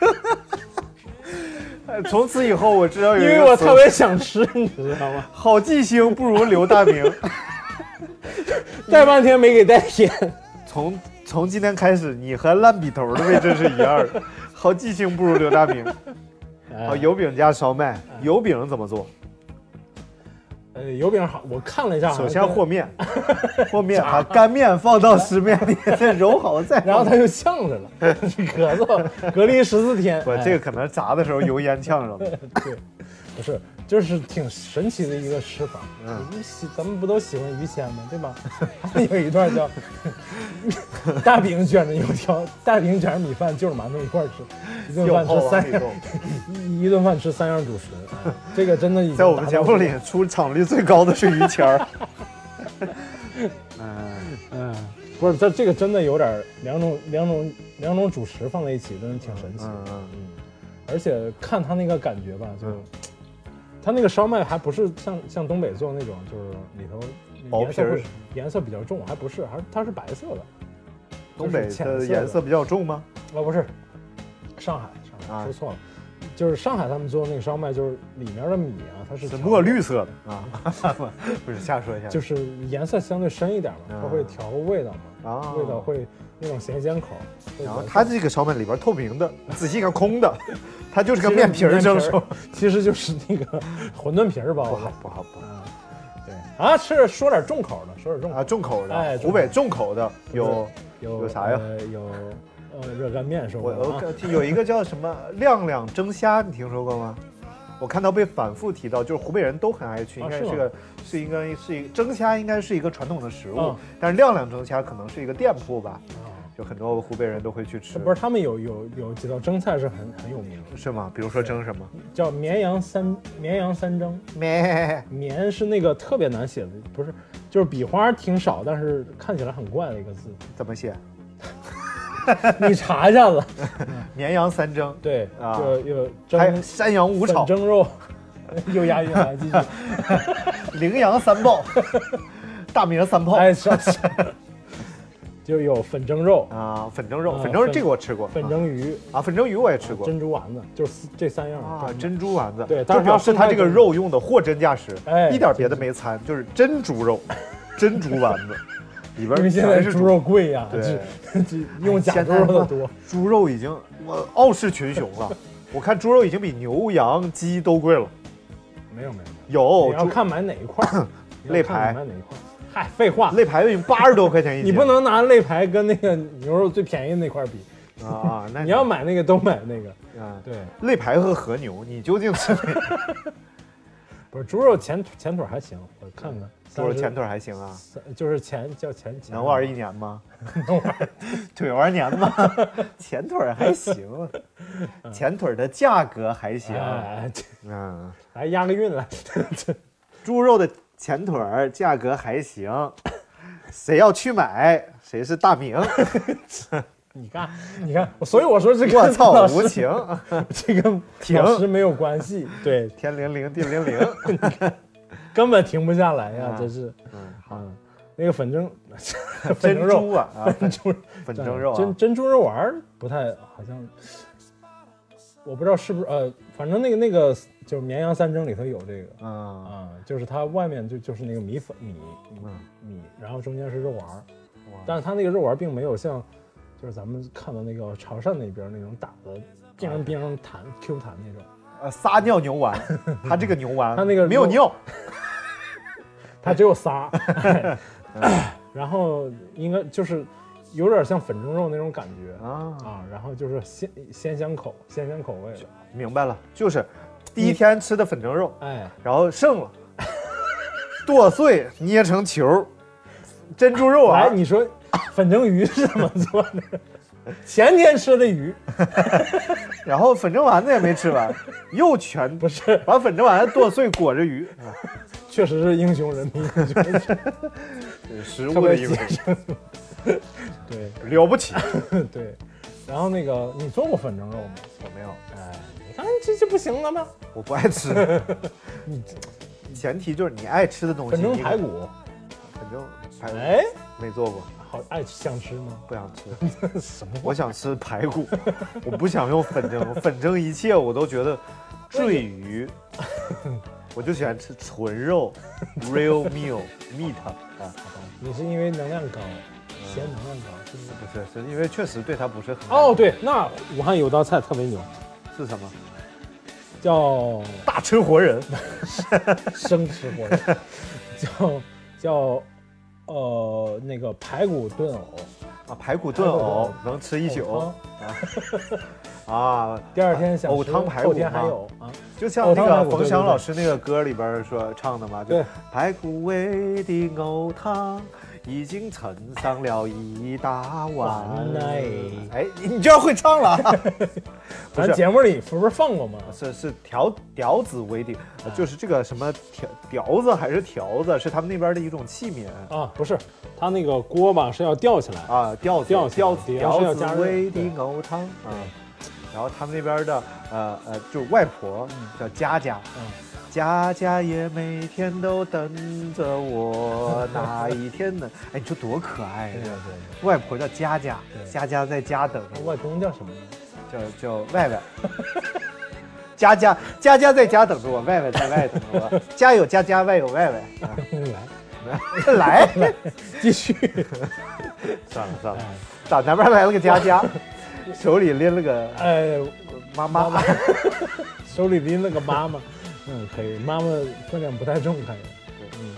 Speaker 1: 哎从此以后我知道有
Speaker 2: 因
Speaker 1: 一个
Speaker 2: 为我
Speaker 1: 词
Speaker 2: 特别想吃，你知道吗？
Speaker 1: 好记性不如刘大明。
Speaker 2: [LAUGHS] 带半天没给带偏，
Speaker 1: 从从今天开始，你和烂笔头的位置是一样的。好记性不如刘大明。
Speaker 2: 哎
Speaker 1: 啊，油饼加烧麦，油饼怎么做？
Speaker 2: 呃，油饼好，我看了一下，
Speaker 1: 首先和，
Speaker 2: [LAUGHS]
Speaker 1: 面，和面把干面放到湿面里，再揉好再。
Speaker 2: 然后它就呛
Speaker 1: [LAUGHS]
Speaker 2: 着了，咳嗽，隔离十四天。
Speaker 1: 不，
Speaker 2: 哎
Speaker 1: 这个可能炸的时候油烟呛上
Speaker 2: [LAUGHS]
Speaker 1: 了。
Speaker 2: 不是，就是挺神奇的一个吃法。
Speaker 1: 嗯
Speaker 2: 鱼喜，咱们不都喜欢鱼鲜吗？对吧？还有一段叫 [LAUGHS] 大饼卷着油条，大饼卷着米饭，就是馒头一块儿吃，一顿
Speaker 1: 要
Speaker 2: 饭
Speaker 1: 泡
Speaker 2: 吃
Speaker 1: 往
Speaker 2: 三
Speaker 1: 里
Speaker 2: 样
Speaker 1: 弄，
Speaker 2: 一一顿饭吃三样主食，哎这个真的已经
Speaker 1: 在我们
Speaker 2: 达
Speaker 1: 节
Speaker 2: 到
Speaker 1: 目
Speaker 2: 了
Speaker 1: 里出场率最高的是于谦
Speaker 2: [LAUGHS]
Speaker 1: 儿。嗯，
Speaker 2: 嗯，不是，这这个真的有点儿两种两种两种主食放在一起，真的挺神奇的。
Speaker 1: 嗯嗯
Speaker 2: 而且看他那个感觉吧，就
Speaker 1: 嗯
Speaker 2: 他那个烧麦还不是像像东北做那种，就是里头
Speaker 1: 薄
Speaker 2: 颜色
Speaker 1: 皮儿
Speaker 2: 会颜色比较重，还不是，还是它是白色的。
Speaker 1: 东北
Speaker 2: 就是浅色
Speaker 1: 的
Speaker 2: 的
Speaker 1: 颜色比较重吗？
Speaker 2: 哦，不是，上海上海、
Speaker 1: 啊
Speaker 2: 说错了，就是上海他们做那个烧麦，就是里面的米啊，它是
Speaker 1: 是
Speaker 2: 调
Speaker 1: 墨绿，色的啊，
Speaker 2: [LAUGHS]
Speaker 1: 不是瞎说一下。
Speaker 2: 就是是颜色相对深一点嘛，它会
Speaker 1: 嗯
Speaker 2: 调味道嘛，
Speaker 1: 啊，
Speaker 2: 味道会那种咸鲜口。会
Speaker 1: 然后
Speaker 2: 比较
Speaker 1: 它
Speaker 2: 重
Speaker 1: 这个烧麦里边透明
Speaker 2: [LAUGHS]
Speaker 1: 的，你仔细看空的，它就是个
Speaker 2: 其实
Speaker 1: 面皮儿蒸
Speaker 2: 面
Speaker 1: 熟。
Speaker 2: [LAUGHS] 其实就是那个馄饨皮儿包
Speaker 1: 不好
Speaker 2: 的。
Speaker 1: 不好不好
Speaker 2: 啊，对啊，是说点重口的，说点重口
Speaker 1: 啊！重口
Speaker 2: 的。
Speaker 1: 的，
Speaker 2: 哎
Speaker 1: 湖北重口的有。
Speaker 2: 有
Speaker 1: 有啥呀
Speaker 2: 呃有呃热干面是吧？
Speaker 1: 我我
Speaker 2: 啊
Speaker 1: 看有一个叫什么亮亮蒸虾，你听说过吗？我看到被反复提到，就是湖北人都很爱去，
Speaker 2: 啊
Speaker 1: 应该
Speaker 2: 是吗
Speaker 1: 是个是应该是一个蒸虾，应该是一个传统的食物
Speaker 2: 嗯，
Speaker 1: 但是亮亮蒸虾可能是一个店铺吧，就很多湖北人都会去吃
Speaker 2: 这。啊不是他们有有有几道蒸菜是很很有名的，
Speaker 1: 是吗？比如说蒸什么？
Speaker 2: 叫绵羊三绵羊三蒸。
Speaker 1: 咩，
Speaker 2: 绵是那个特别难写的，不是，就是笔画挺少，但是看起来很怪的一个
Speaker 1: [LAUGHS]
Speaker 2: 字。
Speaker 1: 怎么写？
Speaker 2: 你查一下子，
Speaker 1: 绵羊三蒸，
Speaker 2: 对，
Speaker 1: 啊
Speaker 2: 就有
Speaker 1: 还有
Speaker 2: 蒸
Speaker 1: 山羊五
Speaker 2: 粉
Speaker 1: 炒，
Speaker 2: 蒸肉， [LAUGHS] 又押韵了，继续。
Speaker 1: 羚羊三
Speaker 2: [LAUGHS]
Speaker 1: 爆，大明三炮
Speaker 2: 哎，是啊是啊 [LAUGHS] 就有粉蒸肉、
Speaker 1: 啊，粉蒸肉，
Speaker 2: 啊
Speaker 1: 粉蒸肉
Speaker 2: 粉
Speaker 1: 这个我吃过，
Speaker 2: 粉蒸鱼、
Speaker 1: 啊，粉蒸鱼我也吃过
Speaker 2: 珍珠丸子，就是这三样
Speaker 1: 啊，
Speaker 2: 蒸
Speaker 1: 珍珠丸子，
Speaker 2: 对但
Speaker 1: 就是表
Speaker 2: 它
Speaker 1: 示
Speaker 2: 分
Speaker 1: 它
Speaker 2: 开
Speaker 1: 这个
Speaker 2: 蒸
Speaker 1: 肉用的货真价实，
Speaker 2: 哎
Speaker 1: 一点别的没掺，就是真猪肉，真猪丸子，里边
Speaker 2: 因为现在
Speaker 1: 全是
Speaker 2: 猪肉贵呀、
Speaker 1: 对 [LAUGHS] 哎
Speaker 2: 这这用假
Speaker 1: 现
Speaker 2: 猪
Speaker 1: 在
Speaker 2: 肉的多。
Speaker 1: 猪肉已经我傲视群雄了，我看猪肉已经比牛羊鸡都贵了，
Speaker 2: 没有没有，
Speaker 1: 有
Speaker 2: 你要
Speaker 1: 哦猪
Speaker 2: 看买哪一块
Speaker 1: [CLEARS THROAT]
Speaker 2: 儿，你要
Speaker 1: 肋
Speaker 2: 看
Speaker 1: 排
Speaker 2: 买哪一块儿。嗨，废话，
Speaker 1: 肋排已经八十多块钱一斤，
Speaker 2: 你不能拿肋排跟那个牛肉最便宜的那块儿比，
Speaker 1: 啊啊，那
Speaker 2: 你要买那个都买那个。
Speaker 1: 啊
Speaker 2: 对， [LAUGHS]
Speaker 1: 肋排和和牛，你究竟吃哪个？
Speaker 2: 不是猪肉前腿前腿还行，我看看
Speaker 1: 嗯猪肉前腿
Speaker 2: 腿
Speaker 1: 还行啊，
Speaker 2: 就是前叫前前
Speaker 1: 能玩一年
Speaker 2: [LAUGHS]
Speaker 1: 吗？ [LAUGHS] 腿玩年吗？ [LAUGHS] 前腿还
Speaker 2: [LAUGHS]
Speaker 1: 行，前腿的价格还行。
Speaker 2: 哎，这
Speaker 1: 嗯，
Speaker 2: 来押个韵 [LAUGHS] 来，
Speaker 1: 猪肉的前腿儿价格还行，谁要去买谁是大
Speaker 2: [LAUGHS]
Speaker 1: 明。
Speaker 2: 你看你看，所以我说这个
Speaker 1: 我操，
Speaker 2: 老师
Speaker 1: 无情！
Speaker 2: 这跟
Speaker 1: 停
Speaker 2: 老师没有关系，对，
Speaker 1: 天灵灵，地灵
Speaker 2: [LAUGHS]
Speaker 1: 灵。
Speaker 2: 根本停不下来呀、
Speaker 1: 啊
Speaker 2: 真是，
Speaker 1: 嗯，好，
Speaker 2: 嗯，那个粉
Speaker 1: [LAUGHS]
Speaker 2: 蒸粉蒸
Speaker 1: 珍
Speaker 2: 肉
Speaker 1: 珠啊，啊
Speaker 2: 粉蒸 [LAUGHS]
Speaker 1: 粉蒸肉
Speaker 2: 珍
Speaker 1: 啊，
Speaker 2: 珍珠肉丸儿不太好像，我不知道是不是呃，反正那个那个就是绵阳三蒸里头有这个
Speaker 1: 嗯，
Speaker 2: 啊、就是它外面就就是那个米粉米米
Speaker 1: 嗯
Speaker 2: 米，然后中间是肉丸儿，
Speaker 1: 哇
Speaker 2: 但是它那个肉丸儿并没有像就是咱们看到那个潮汕那边儿那种打的
Speaker 1: 啊
Speaker 2: 冰冰弹 Q 弹那种，
Speaker 1: 呃，撒尿牛丸，他这个牛丸，
Speaker 2: [LAUGHS] 它那个
Speaker 1: 没有
Speaker 2: 肉
Speaker 1: 尿，
Speaker 2: 它只有仨，哎然后应该就是有点像粉蒸肉那种感觉。
Speaker 1: 啊，
Speaker 2: 啊，然后就是鲜鲜香口，鲜香口味了，
Speaker 1: 明白了，就是第一天吃的粉蒸肉，
Speaker 2: 哎，
Speaker 1: 然后剩了，剁碎捏成球，珍珠肉啊
Speaker 2: 来，
Speaker 1: 丸，
Speaker 2: 你说粉蒸鱼是怎么做的？前天吃的鱼
Speaker 1: 然后粉蒸丸子也没吃完， [LAUGHS] 又全
Speaker 2: 不是，
Speaker 1: 把粉蒸丸子剁碎裹着鱼，啊
Speaker 2: 确实是英雄人的英雄人，
Speaker 1: 食
Speaker 2: 特
Speaker 1: 物的
Speaker 2: 别
Speaker 1: 一个
Speaker 2: 节省。对
Speaker 1: 了不起，
Speaker 2: 对，然后那个你做过粉蒸肉吗？
Speaker 1: 我没有，
Speaker 2: 哎，你看这这不行了吗？
Speaker 1: 我不爱吃，
Speaker 2: [LAUGHS]
Speaker 1: 前提就是你爱吃的东西，
Speaker 2: 粉蒸
Speaker 1: 你
Speaker 2: 排骨，
Speaker 1: 粉蒸排骨
Speaker 2: 哎，
Speaker 1: 没做过，
Speaker 2: 好爱吃想吃吗？
Speaker 1: 不想吃。
Speaker 2: [LAUGHS]
Speaker 1: 我想吃排骨，我不想用粉蒸，粉蒸一切我都觉得赘余。我就喜欢吃纯肉，real meal [LAUGHS] meat 啊，
Speaker 2: 你是因为能量高，嫌能量高是不是？
Speaker 1: 不是，是因为确实对它不是很
Speaker 2: 哦，，对，那武汉有道菜特别牛，
Speaker 1: 是什么？
Speaker 2: 叫
Speaker 1: 大吃活人，
Speaker 2: 生吃过 [LAUGHS] 的，叫叫呃那个排骨炖藕，
Speaker 1: 啊，排骨炖藕能吃一宿
Speaker 2: 藕汤
Speaker 1: 啊，
Speaker 2: 第二天想吃
Speaker 1: 藕汤排骨
Speaker 2: 后天还
Speaker 1: 吗
Speaker 2: 有啊，
Speaker 1: 就像
Speaker 2: 藕
Speaker 1: 那
Speaker 2: 汤排
Speaker 1: 个
Speaker 2: 骨
Speaker 1: 冯
Speaker 2: 对
Speaker 1: 翔
Speaker 2: 对
Speaker 1: 老
Speaker 2: 对
Speaker 1: 师那个歌里边说唱的嘛，就
Speaker 2: 对
Speaker 1: 排骨味的藕汤已经盛上了一大碗
Speaker 2: 碗嘞。
Speaker 1: 哎，你你居然会唱了
Speaker 2: [LAUGHS]
Speaker 1: 啊！不
Speaker 2: 咱
Speaker 1: 是
Speaker 2: 节目里不是放过吗？
Speaker 1: 是是条屌子为的，呃就是这个什么条屌子还是条子，是他们那边的一种器皿
Speaker 2: 啊，不是，它那个锅吧是要吊起来，
Speaker 1: 啊，吊子
Speaker 2: 吊起来
Speaker 1: 吊子
Speaker 2: 吊是
Speaker 1: 吊
Speaker 2: 要
Speaker 1: 子
Speaker 2: 加热
Speaker 1: 煨的
Speaker 2: 对
Speaker 1: 藕汤啊。然后他们那边的呃呃，就是外婆叫佳佳，
Speaker 2: 嗯
Speaker 1: 佳佳也每天都等着我，哪一天能？哎，你说多可爱
Speaker 2: 对对
Speaker 1: 呀！
Speaker 2: 对。
Speaker 1: 外婆叫佳佳，
Speaker 2: 对
Speaker 1: 佳佳在家等
Speaker 2: 那
Speaker 1: 我，
Speaker 2: 外公叫什么呢？
Speaker 1: 叫叫外外。佳佳，佳佳在家等着我，外外在外等着我。家有佳佳，外有外外。啊
Speaker 2: [LAUGHS] 来，
Speaker 1: [LAUGHS] 来，
Speaker 2: [LAUGHS] 继续。
Speaker 1: [LAUGHS] 算了算了，
Speaker 2: 哎
Speaker 1: 打南边来了个佳
Speaker 2: [LAUGHS]
Speaker 1: 佳，手里拎了个
Speaker 2: 哎，
Speaker 1: 妈妈。
Speaker 2: 手里拎了个妈妈，嗯，可以，妈妈分量不太重，看着。嗯，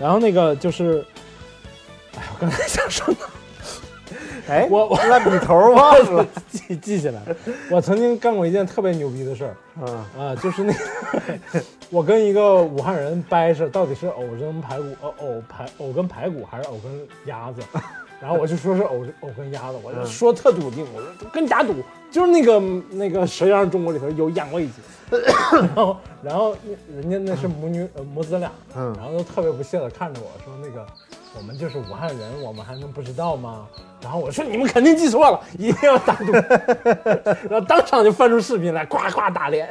Speaker 2: 然后那个就是，哎，我刚才想说哪儿
Speaker 1: [LAUGHS] 哎， [LAUGHS]
Speaker 2: 我我
Speaker 1: 烂笔头忘了。
Speaker 2: 记记起来了，我曾经干过一件特别牛逼的事儿
Speaker 1: 嗯。
Speaker 2: 啊，就是那个我跟一个武汉人掰扯，到底是藕跟排骨，呃藕排藕跟排骨还是藕跟鸭子，然后我就说是藕藕跟鸭子，我就说特笃定，我说跟鸭赌，就是那个那个《舌尖上中国》里头有演过一集，然后然后人家那是母女呃母子俩，
Speaker 1: 嗯
Speaker 2: 然后都特别不屑的看着我说那个。我们就是武汉人，我们还能不知道吗？然后我说你们肯定记错了，一定要打赌， [LAUGHS] 然后当场就翻出视频来，呱呱打脸。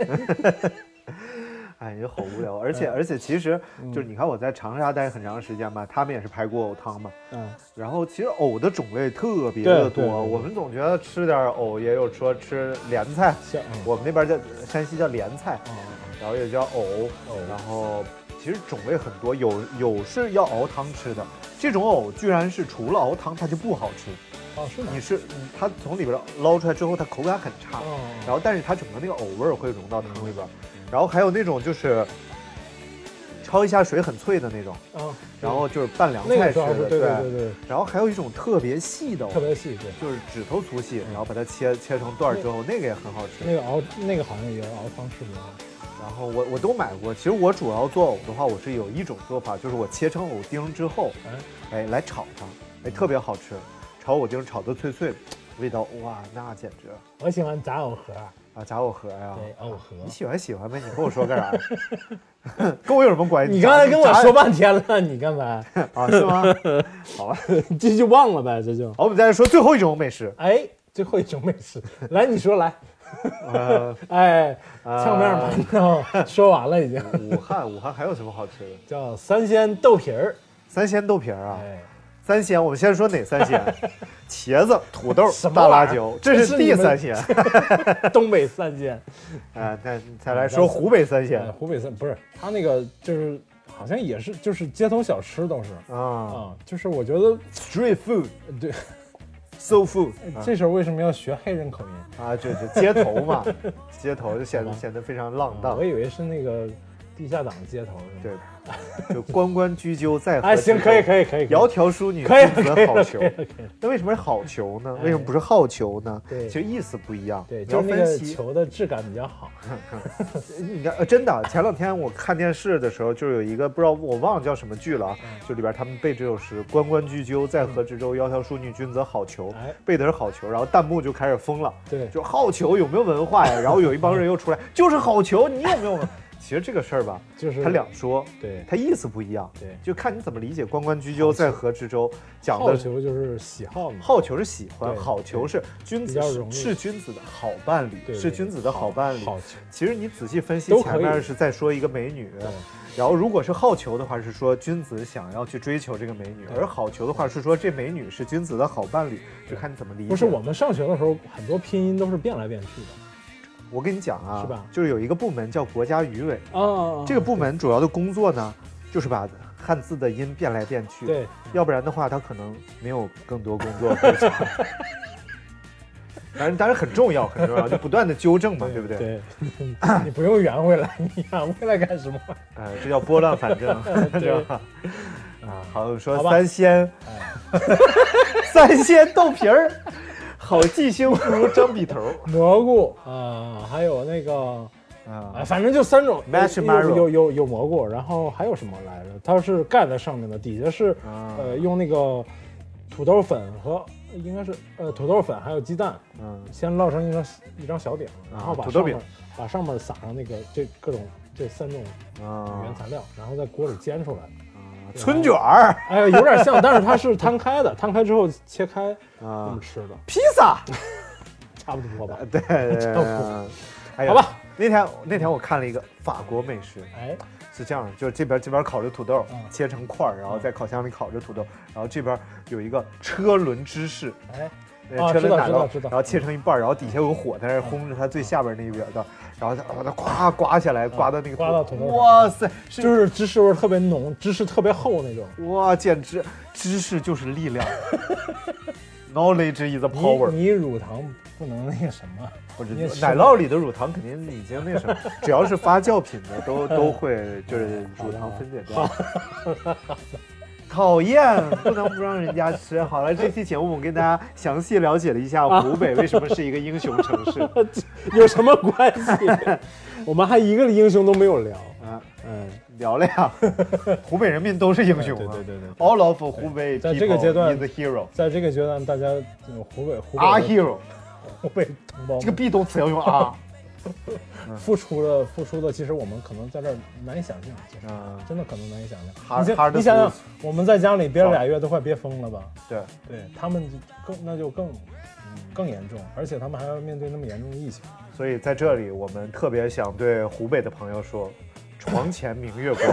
Speaker 1: 哎，也好无聊，而
Speaker 2: 嗯
Speaker 1: 且而且其实就是你看我在长沙待很长时间嘛，他们也是排骨藕汤嘛，
Speaker 2: 嗯，
Speaker 1: 然后其实藕的种类特别
Speaker 2: 对
Speaker 1: 的
Speaker 2: 对对
Speaker 1: 多，我们总觉得吃点藕也有说吃莲菜，
Speaker 2: 像嗯
Speaker 1: 我们那边叫山西叫莲菜，
Speaker 2: 哦
Speaker 1: 然后也叫藕
Speaker 2: 藕，
Speaker 1: 哦然后其实种类很多，有有是要熬汤吃的，这种藕居然是除了熬汤它就不好吃，
Speaker 2: 哦是吗
Speaker 1: 你？是它从里边捞出来之后它口感很差，
Speaker 2: 哦，
Speaker 1: 然后但是它整个那个藕味儿会融到汤里边儿，然后还有那种就是焯一下水很脆的那种，
Speaker 2: 啊，
Speaker 1: 然后就是拌凉
Speaker 2: 那
Speaker 1: 菜
Speaker 2: 个
Speaker 1: 吃
Speaker 2: 主要
Speaker 1: 的，
Speaker 2: 是对对对
Speaker 1: 然后还有一种特别细的、
Speaker 2: 对，特别细，对，
Speaker 1: 就是指头粗细，然后把它切切成段儿之后，那个也很好吃。
Speaker 2: 那个熬那个好像也熬汤吃不了，
Speaker 1: 然后我我都买过。其实我主要做藕的话，我是有一种做法，就是我切成藕丁之后，
Speaker 2: 嗯
Speaker 1: 哎，来炒它，哎，特别好吃。炒藕丁炒的脆脆，味道哇，那简直
Speaker 2: 我喜欢炸藕盒，
Speaker 1: 啊！炸藕盒呀、
Speaker 2: 对，藕盒。
Speaker 1: 你喜欢喜欢呗，你跟我说干啥？
Speaker 2: [LAUGHS]
Speaker 1: 跟我有什么关系？
Speaker 2: 你刚才跟我
Speaker 1: 炸
Speaker 2: 说半天了，你干嘛？ [LAUGHS]
Speaker 1: 啊，是吗？
Speaker 2: 你这就忘了呗，这就。
Speaker 1: 好，我们再说最后一种美食，
Speaker 2: 哎，最后一种美食，来，你说来，
Speaker 1: 呃，
Speaker 2: 哎，
Speaker 1: 呃
Speaker 2: [LAUGHS] 呛面馒头说完了已经，
Speaker 1: 武汉，武汉还有什么好吃的？
Speaker 2: 叫三鲜豆皮儿，
Speaker 1: 三鲜豆皮儿啊，
Speaker 2: 哎，
Speaker 1: 三鲜，我们先说哪三鲜？
Speaker 2: [LAUGHS]
Speaker 1: 茄子、土豆
Speaker 2: 什、么
Speaker 1: 大
Speaker 2: 玩意儿
Speaker 1: 辣椒，这是第三鲜。
Speaker 2: 哎东北三鲜，
Speaker 1: 啊，再再
Speaker 2: 嗯
Speaker 1: 来说湖北三鲜
Speaker 2: 哎，湖北三不是他那个就是好像也是就是街头小吃都是
Speaker 1: 啊
Speaker 2: 啊，就是我觉得
Speaker 1: ，street food、啊
Speaker 2: 对，
Speaker 1: soul food
Speaker 2: 这时候为什么要学黑人口音？
Speaker 1: 啊，这这街头嘛，
Speaker 2: [LAUGHS]
Speaker 1: 街头就显得显得非常浪
Speaker 2: 啊
Speaker 1: 荡
Speaker 2: 我。以为是那个地下党街头是吗？
Speaker 1: 对，就关关雎鸠在河
Speaker 2: 哎，行，可以
Speaker 1: 以。
Speaker 2: 可以可以，可以
Speaker 1: 窈窕淑女，
Speaker 2: 可以了
Speaker 1: 君
Speaker 2: 可以
Speaker 1: 子
Speaker 2: 了
Speaker 1: 好逑
Speaker 2: 可以了可以了。
Speaker 1: 那为什么是好逑呢？
Speaker 2: 哎
Speaker 1: 为什么不是好逑呢？
Speaker 2: 对
Speaker 1: 其实意思不一样。
Speaker 2: 对，
Speaker 1: 你要
Speaker 2: 就是那
Speaker 1: 分
Speaker 2: 个
Speaker 1: 析。
Speaker 2: 球的质感比较好，
Speaker 1: 你看，呃，真的，前两天我看电视的时候，就有一个不知道我忘了叫什么剧了啊，
Speaker 2: 嗯
Speaker 1: 就里边他们背这首诗“关关雎鸠，在河之洲，窈窕淑女，君子好逑
Speaker 2: 哎”，
Speaker 1: 背的是好逑，然后弹幕就开始疯了，
Speaker 2: 对
Speaker 1: 就好逑有没有文化呀？然后有一帮人又出来，就是好逑，你有没有
Speaker 2: [LAUGHS]
Speaker 1: 文化？其实这个事儿吧，
Speaker 2: 就是
Speaker 1: 它两说，
Speaker 2: 对
Speaker 1: 它意思不一样，
Speaker 2: 对
Speaker 1: 就看你怎么理解“关关雎鸠，在河之洲”讲
Speaker 2: 好
Speaker 1: 的。
Speaker 2: 球就是喜好嘛，
Speaker 1: 好逑是喜欢，
Speaker 2: 对
Speaker 1: 好逑是君子
Speaker 2: 比较
Speaker 1: 是
Speaker 2: 容，易
Speaker 1: 是君子的好伴侣，
Speaker 2: 对
Speaker 1: 是君子的好伴侣。
Speaker 2: 好球，
Speaker 1: 其实你仔细分析，
Speaker 2: 都可
Speaker 1: 前
Speaker 2: 以
Speaker 1: 面是在说一个美女，
Speaker 2: 对
Speaker 1: 然后如果是好逑的话，是说君子想要去追求这个美女；
Speaker 2: 对
Speaker 1: 而好逑的话是说这美女是君子的好伴侣，就看你怎么理解。
Speaker 2: 不是我，们上学的时候，很多拼音都是变来变去的
Speaker 1: 我跟你讲啊，
Speaker 2: 是吧
Speaker 1: 就是有一个部门叫国家语委，
Speaker 2: 啊
Speaker 1: 这个部门主要的工作呢，就是把汉字的音变来变去，
Speaker 2: 对，
Speaker 1: 要不然的话他可能没有更多工作可以做。当然，当然很重要，很重要，就不断的纠正嘛，对不对？
Speaker 2: 对， [LAUGHS] 你不用圆回来，你圆回来干
Speaker 1: [LAUGHS]
Speaker 2: 什么？
Speaker 1: 呃，这叫拨乱反正， [LAUGHS]
Speaker 2: 对
Speaker 1: 是吧？
Speaker 2: 啊，
Speaker 1: 好，我说
Speaker 2: 好吧哎
Speaker 1: 三鲜， [LAUGHS] 三鲜豆皮儿，好记性不如张笔头
Speaker 2: [LAUGHS] 蘑菇啊，还有那个。
Speaker 1: 儿啊
Speaker 2: 啊，反正就三种
Speaker 1: Mashed
Speaker 2: 有
Speaker 1: marrow
Speaker 2: 有有有蘑菇，然后还有什么来着？它是盖在上面的，底下是
Speaker 1: 啊
Speaker 2: 呃用那个土豆粉和应该是呃土豆粉还有鸡蛋，
Speaker 1: 嗯
Speaker 2: 先烙成一张一张小饼，然后把
Speaker 1: 啊土豆
Speaker 2: 上
Speaker 1: 饼
Speaker 2: 面把上面撒上那个这各种这三种原
Speaker 1: 啊
Speaker 2: 材料，然后在锅里煎出来。
Speaker 1: 春卷儿
Speaker 2: 哎呀，有点像，但是它是摊开的，摊开之后切开这
Speaker 1: 啊呃
Speaker 2: 么，吃的，
Speaker 1: 披萨，
Speaker 2: 差不多吧。 [LAUGHS]
Speaker 1: 对，哎呀
Speaker 2: 好吧。
Speaker 1: 那天那天我看了一个法国美食，
Speaker 2: 哎，
Speaker 1: 是这样，就是这边这边烤着土豆，
Speaker 2: 嗯
Speaker 1: 切成块儿，然后在烤箱里烤着土豆，然后这边有一个车轮芝士，
Speaker 2: 哎，
Speaker 1: 呃
Speaker 2: 啊
Speaker 1: 车
Speaker 2: 知
Speaker 1: 轮
Speaker 2: 道
Speaker 1: 打
Speaker 2: 知道
Speaker 1: 到，
Speaker 2: 知道
Speaker 1: 然
Speaker 2: 嗯
Speaker 1: 后切成一半儿，然后底下有火在那儿烘着它最下边儿那一边的，然后它把它刮刮下来，刮到那个
Speaker 2: 嗯刮到土豆上嗯
Speaker 1: 哇塞，是
Speaker 2: 就是芝士味儿特别浓，芝士特别厚那种。
Speaker 1: 哇，简直知识就是力
Speaker 2: [LAUGHS]
Speaker 1: 量，knowledge is the
Speaker 2: 你
Speaker 1: power。
Speaker 2: 你乳糖不能那个什么，
Speaker 1: 不是
Speaker 2: 你也是
Speaker 1: 奶酪里的乳糖肯定已经那什么， [LAUGHS] 只要是发酵品的都都会就是乳糖分解掉。 [LAUGHS] 讨厌，不能不让人家吃。好了，这期节目我跟大家详细了解了一下湖北为什么是一个英雄城 [LAUGHS] 市。
Speaker 2: [LAUGHS] 有什么关 [LAUGHS] 系？我们还一个英雄都没有聊。
Speaker 1: 啊，
Speaker 2: 嗯，
Speaker 1: 聊了 [LAUGHS] 呀，湖北人民都是英雄
Speaker 2: 哎对
Speaker 1: 啊。
Speaker 2: 对对对。
Speaker 1: All of 湖北
Speaker 2: 在这个阶段
Speaker 1: is a hero,
Speaker 2: 在这个阶段，大家嗯湖北湖
Speaker 1: are
Speaker 2: 北的
Speaker 1: hero。
Speaker 2: 湖北同胞
Speaker 1: 这个
Speaker 2: 们
Speaker 1: be 动词要用啊 [LAUGHS] are。
Speaker 2: 付出了付出的，其实我们可能在这儿难以想象，就是
Speaker 1: 嗯，
Speaker 2: 真的可能难以想象。
Speaker 1: Hard-
Speaker 2: 你
Speaker 1: hard
Speaker 2: 想你想
Speaker 1: to
Speaker 2: 想，我们在家里憋了俩月都快憋疯了吧？
Speaker 1: 对，
Speaker 2: 对他们就更那就更嗯更严重，而且他们还要面对那么严重的疫 [LAUGHS] 情。
Speaker 1: 所以在这里我们特别想对湖北的朋友说，床前明月光，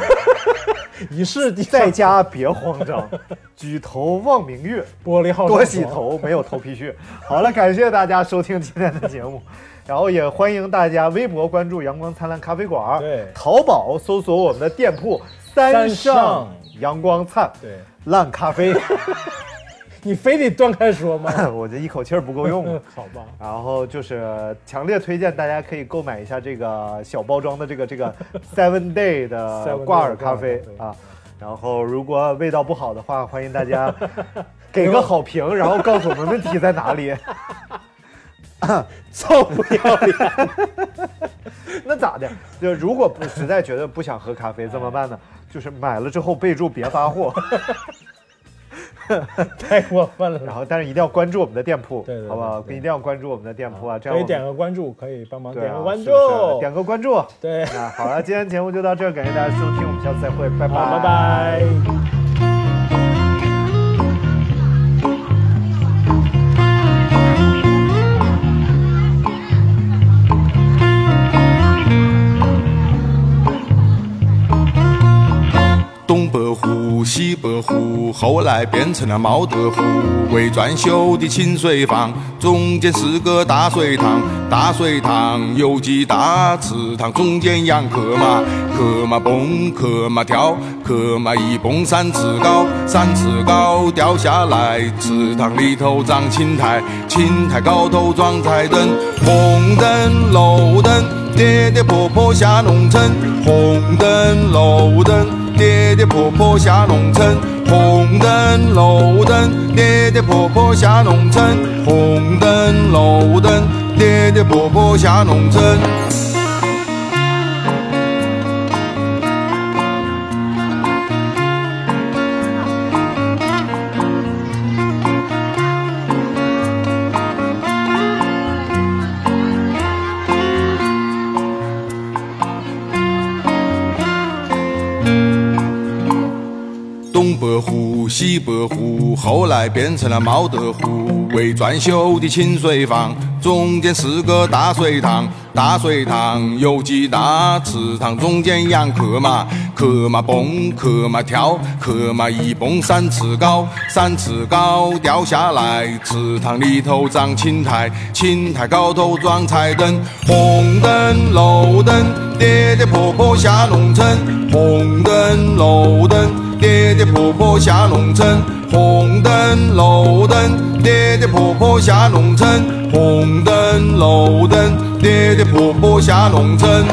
Speaker 2: 一试地
Speaker 1: 在家别慌
Speaker 2: [LAUGHS]
Speaker 1: 张，举头望明月，
Speaker 2: 玻璃号
Speaker 1: 多洗头没有头皮屑。好了，感谢大家收听今天的节目。
Speaker 2: [LAUGHS]
Speaker 1: 然后也欢迎大家微博关注“阳光灿烂咖啡馆”，
Speaker 2: 对
Speaker 1: 淘宝搜索我们的店铺“三
Speaker 2: 三
Speaker 1: 上
Speaker 2: 上
Speaker 1: 阳光灿
Speaker 2: 对。
Speaker 1: 烂咖啡”。
Speaker 2: 你非得断开说吗？
Speaker 1: [LAUGHS] 我这一口气儿不够用啊。
Speaker 2: [LAUGHS] 好吧，
Speaker 1: 然后就是强烈推荐大家可以购买一下这个小包装的这个这
Speaker 2: [LAUGHS]
Speaker 1: 个 Seven Day 的
Speaker 2: Seven Day
Speaker 1: 挂耳咖
Speaker 2: 挂耳
Speaker 1: 啡
Speaker 2: 咖啡
Speaker 1: 啊。然后如果味道不好的话，欢迎大
Speaker 2: [LAUGHS]
Speaker 1: 家给个好评，然后告诉我们问题在哪
Speaker 2: [LAUGHS]
Speaker 1: 里。
Speaker 2: 臭不要脸！
Speaker 1: 那咋的？就如果不实在觉得不想喝咖啡怎么办呢？就是买了之后备注别发货，
Speaker 2: 太过分
Speaker 1: 然
Speaker 2: 了。
Speaker 1: 后但是一定要关注我们的店铺，
Speaker 2: 对对对
Speaker 1: 好不好？
Speaker 2: 对
Speaker 1: 一定要关注我们的店铺啊，这样我
Speaker 2: 可以
Speaker 1: 们
Speaker 2: 点个关注，可以帮忙
Speaker 1: 对
Speaker 2: 点
Speaker 1: 啊
Speaker 2: 个关
Speaker 1: 是
Speaker 2: 注
Speaker 1: 不，是点个关啊注。
Speaker 2: 对，
Speaker 1: 那好了，今天节目就到这儿，感谢大家收听，我们下次再会，拜
Speaker 2: 好，拜拜。
Speaker 5: 东北虎、西北虎，后来变成了毛德虎。为装修的清水房，中间是个大水塘，大水塘有几大池塘，中间养河马，河马蹦，河马跳，河马一蹦三尺高，三尺高掉下来，池塘里头长青苔，青苔高头装彩灯，红灯绿灯，跌跌婆婆下农村，红灯绿灯。爹爹婆婆下农村，红灯绿灯，爹爹婆婆下农村，红灯绿灯，爹爹婆婆下农村。东北虎、西北虎，后来变成了毛德虎。为装修的清水房，中间是个大水塘，大水塘有几大池塘，中间养河马，河马蹦，河马跳，河马一蹦三尺高，三尺高掉下来，池塘里头长青苔，青苔高头装彩灯，红灯绿灯，爹爹婆婆下农村，红灯绿灯。爹爹婆婆下农村，红灯绿灯，爹爹婆婆下农村，红灯绿灯，爹爹婆婆下农村。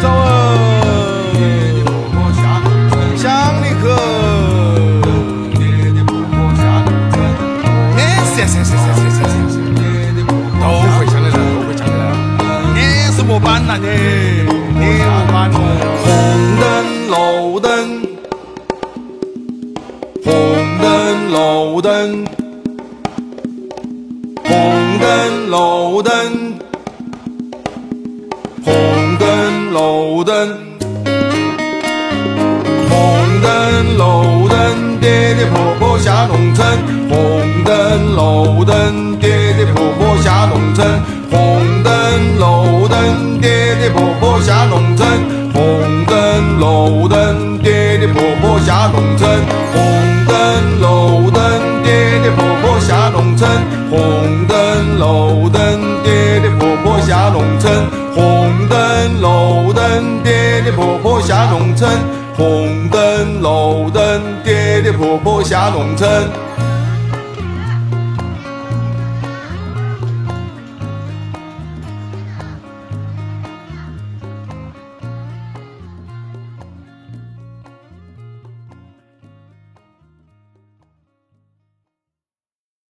Speaker 5: 走啊！乡里去。哎，是是是是是是是，都会想起来，都会想起来。你哎是我班呐你，你我班红灯绿灯。红灯绿灯，红灯绿灯，红灯绿灯，红灯绿灯，爹爹婆婆下农村，红灯绿灯，爹爹婆婆下农村，红灯绿灯，爹爹婆婆下农村，红灯绿灯，爹爹婆婆下农村，红灯绿灯，爹爹婆婆下农村，红灯绿灯，爹爹婆婆下农村，红灯绿灯，爹爹婆婆下农村，红灯绿灯，爹爹婆婆下农村。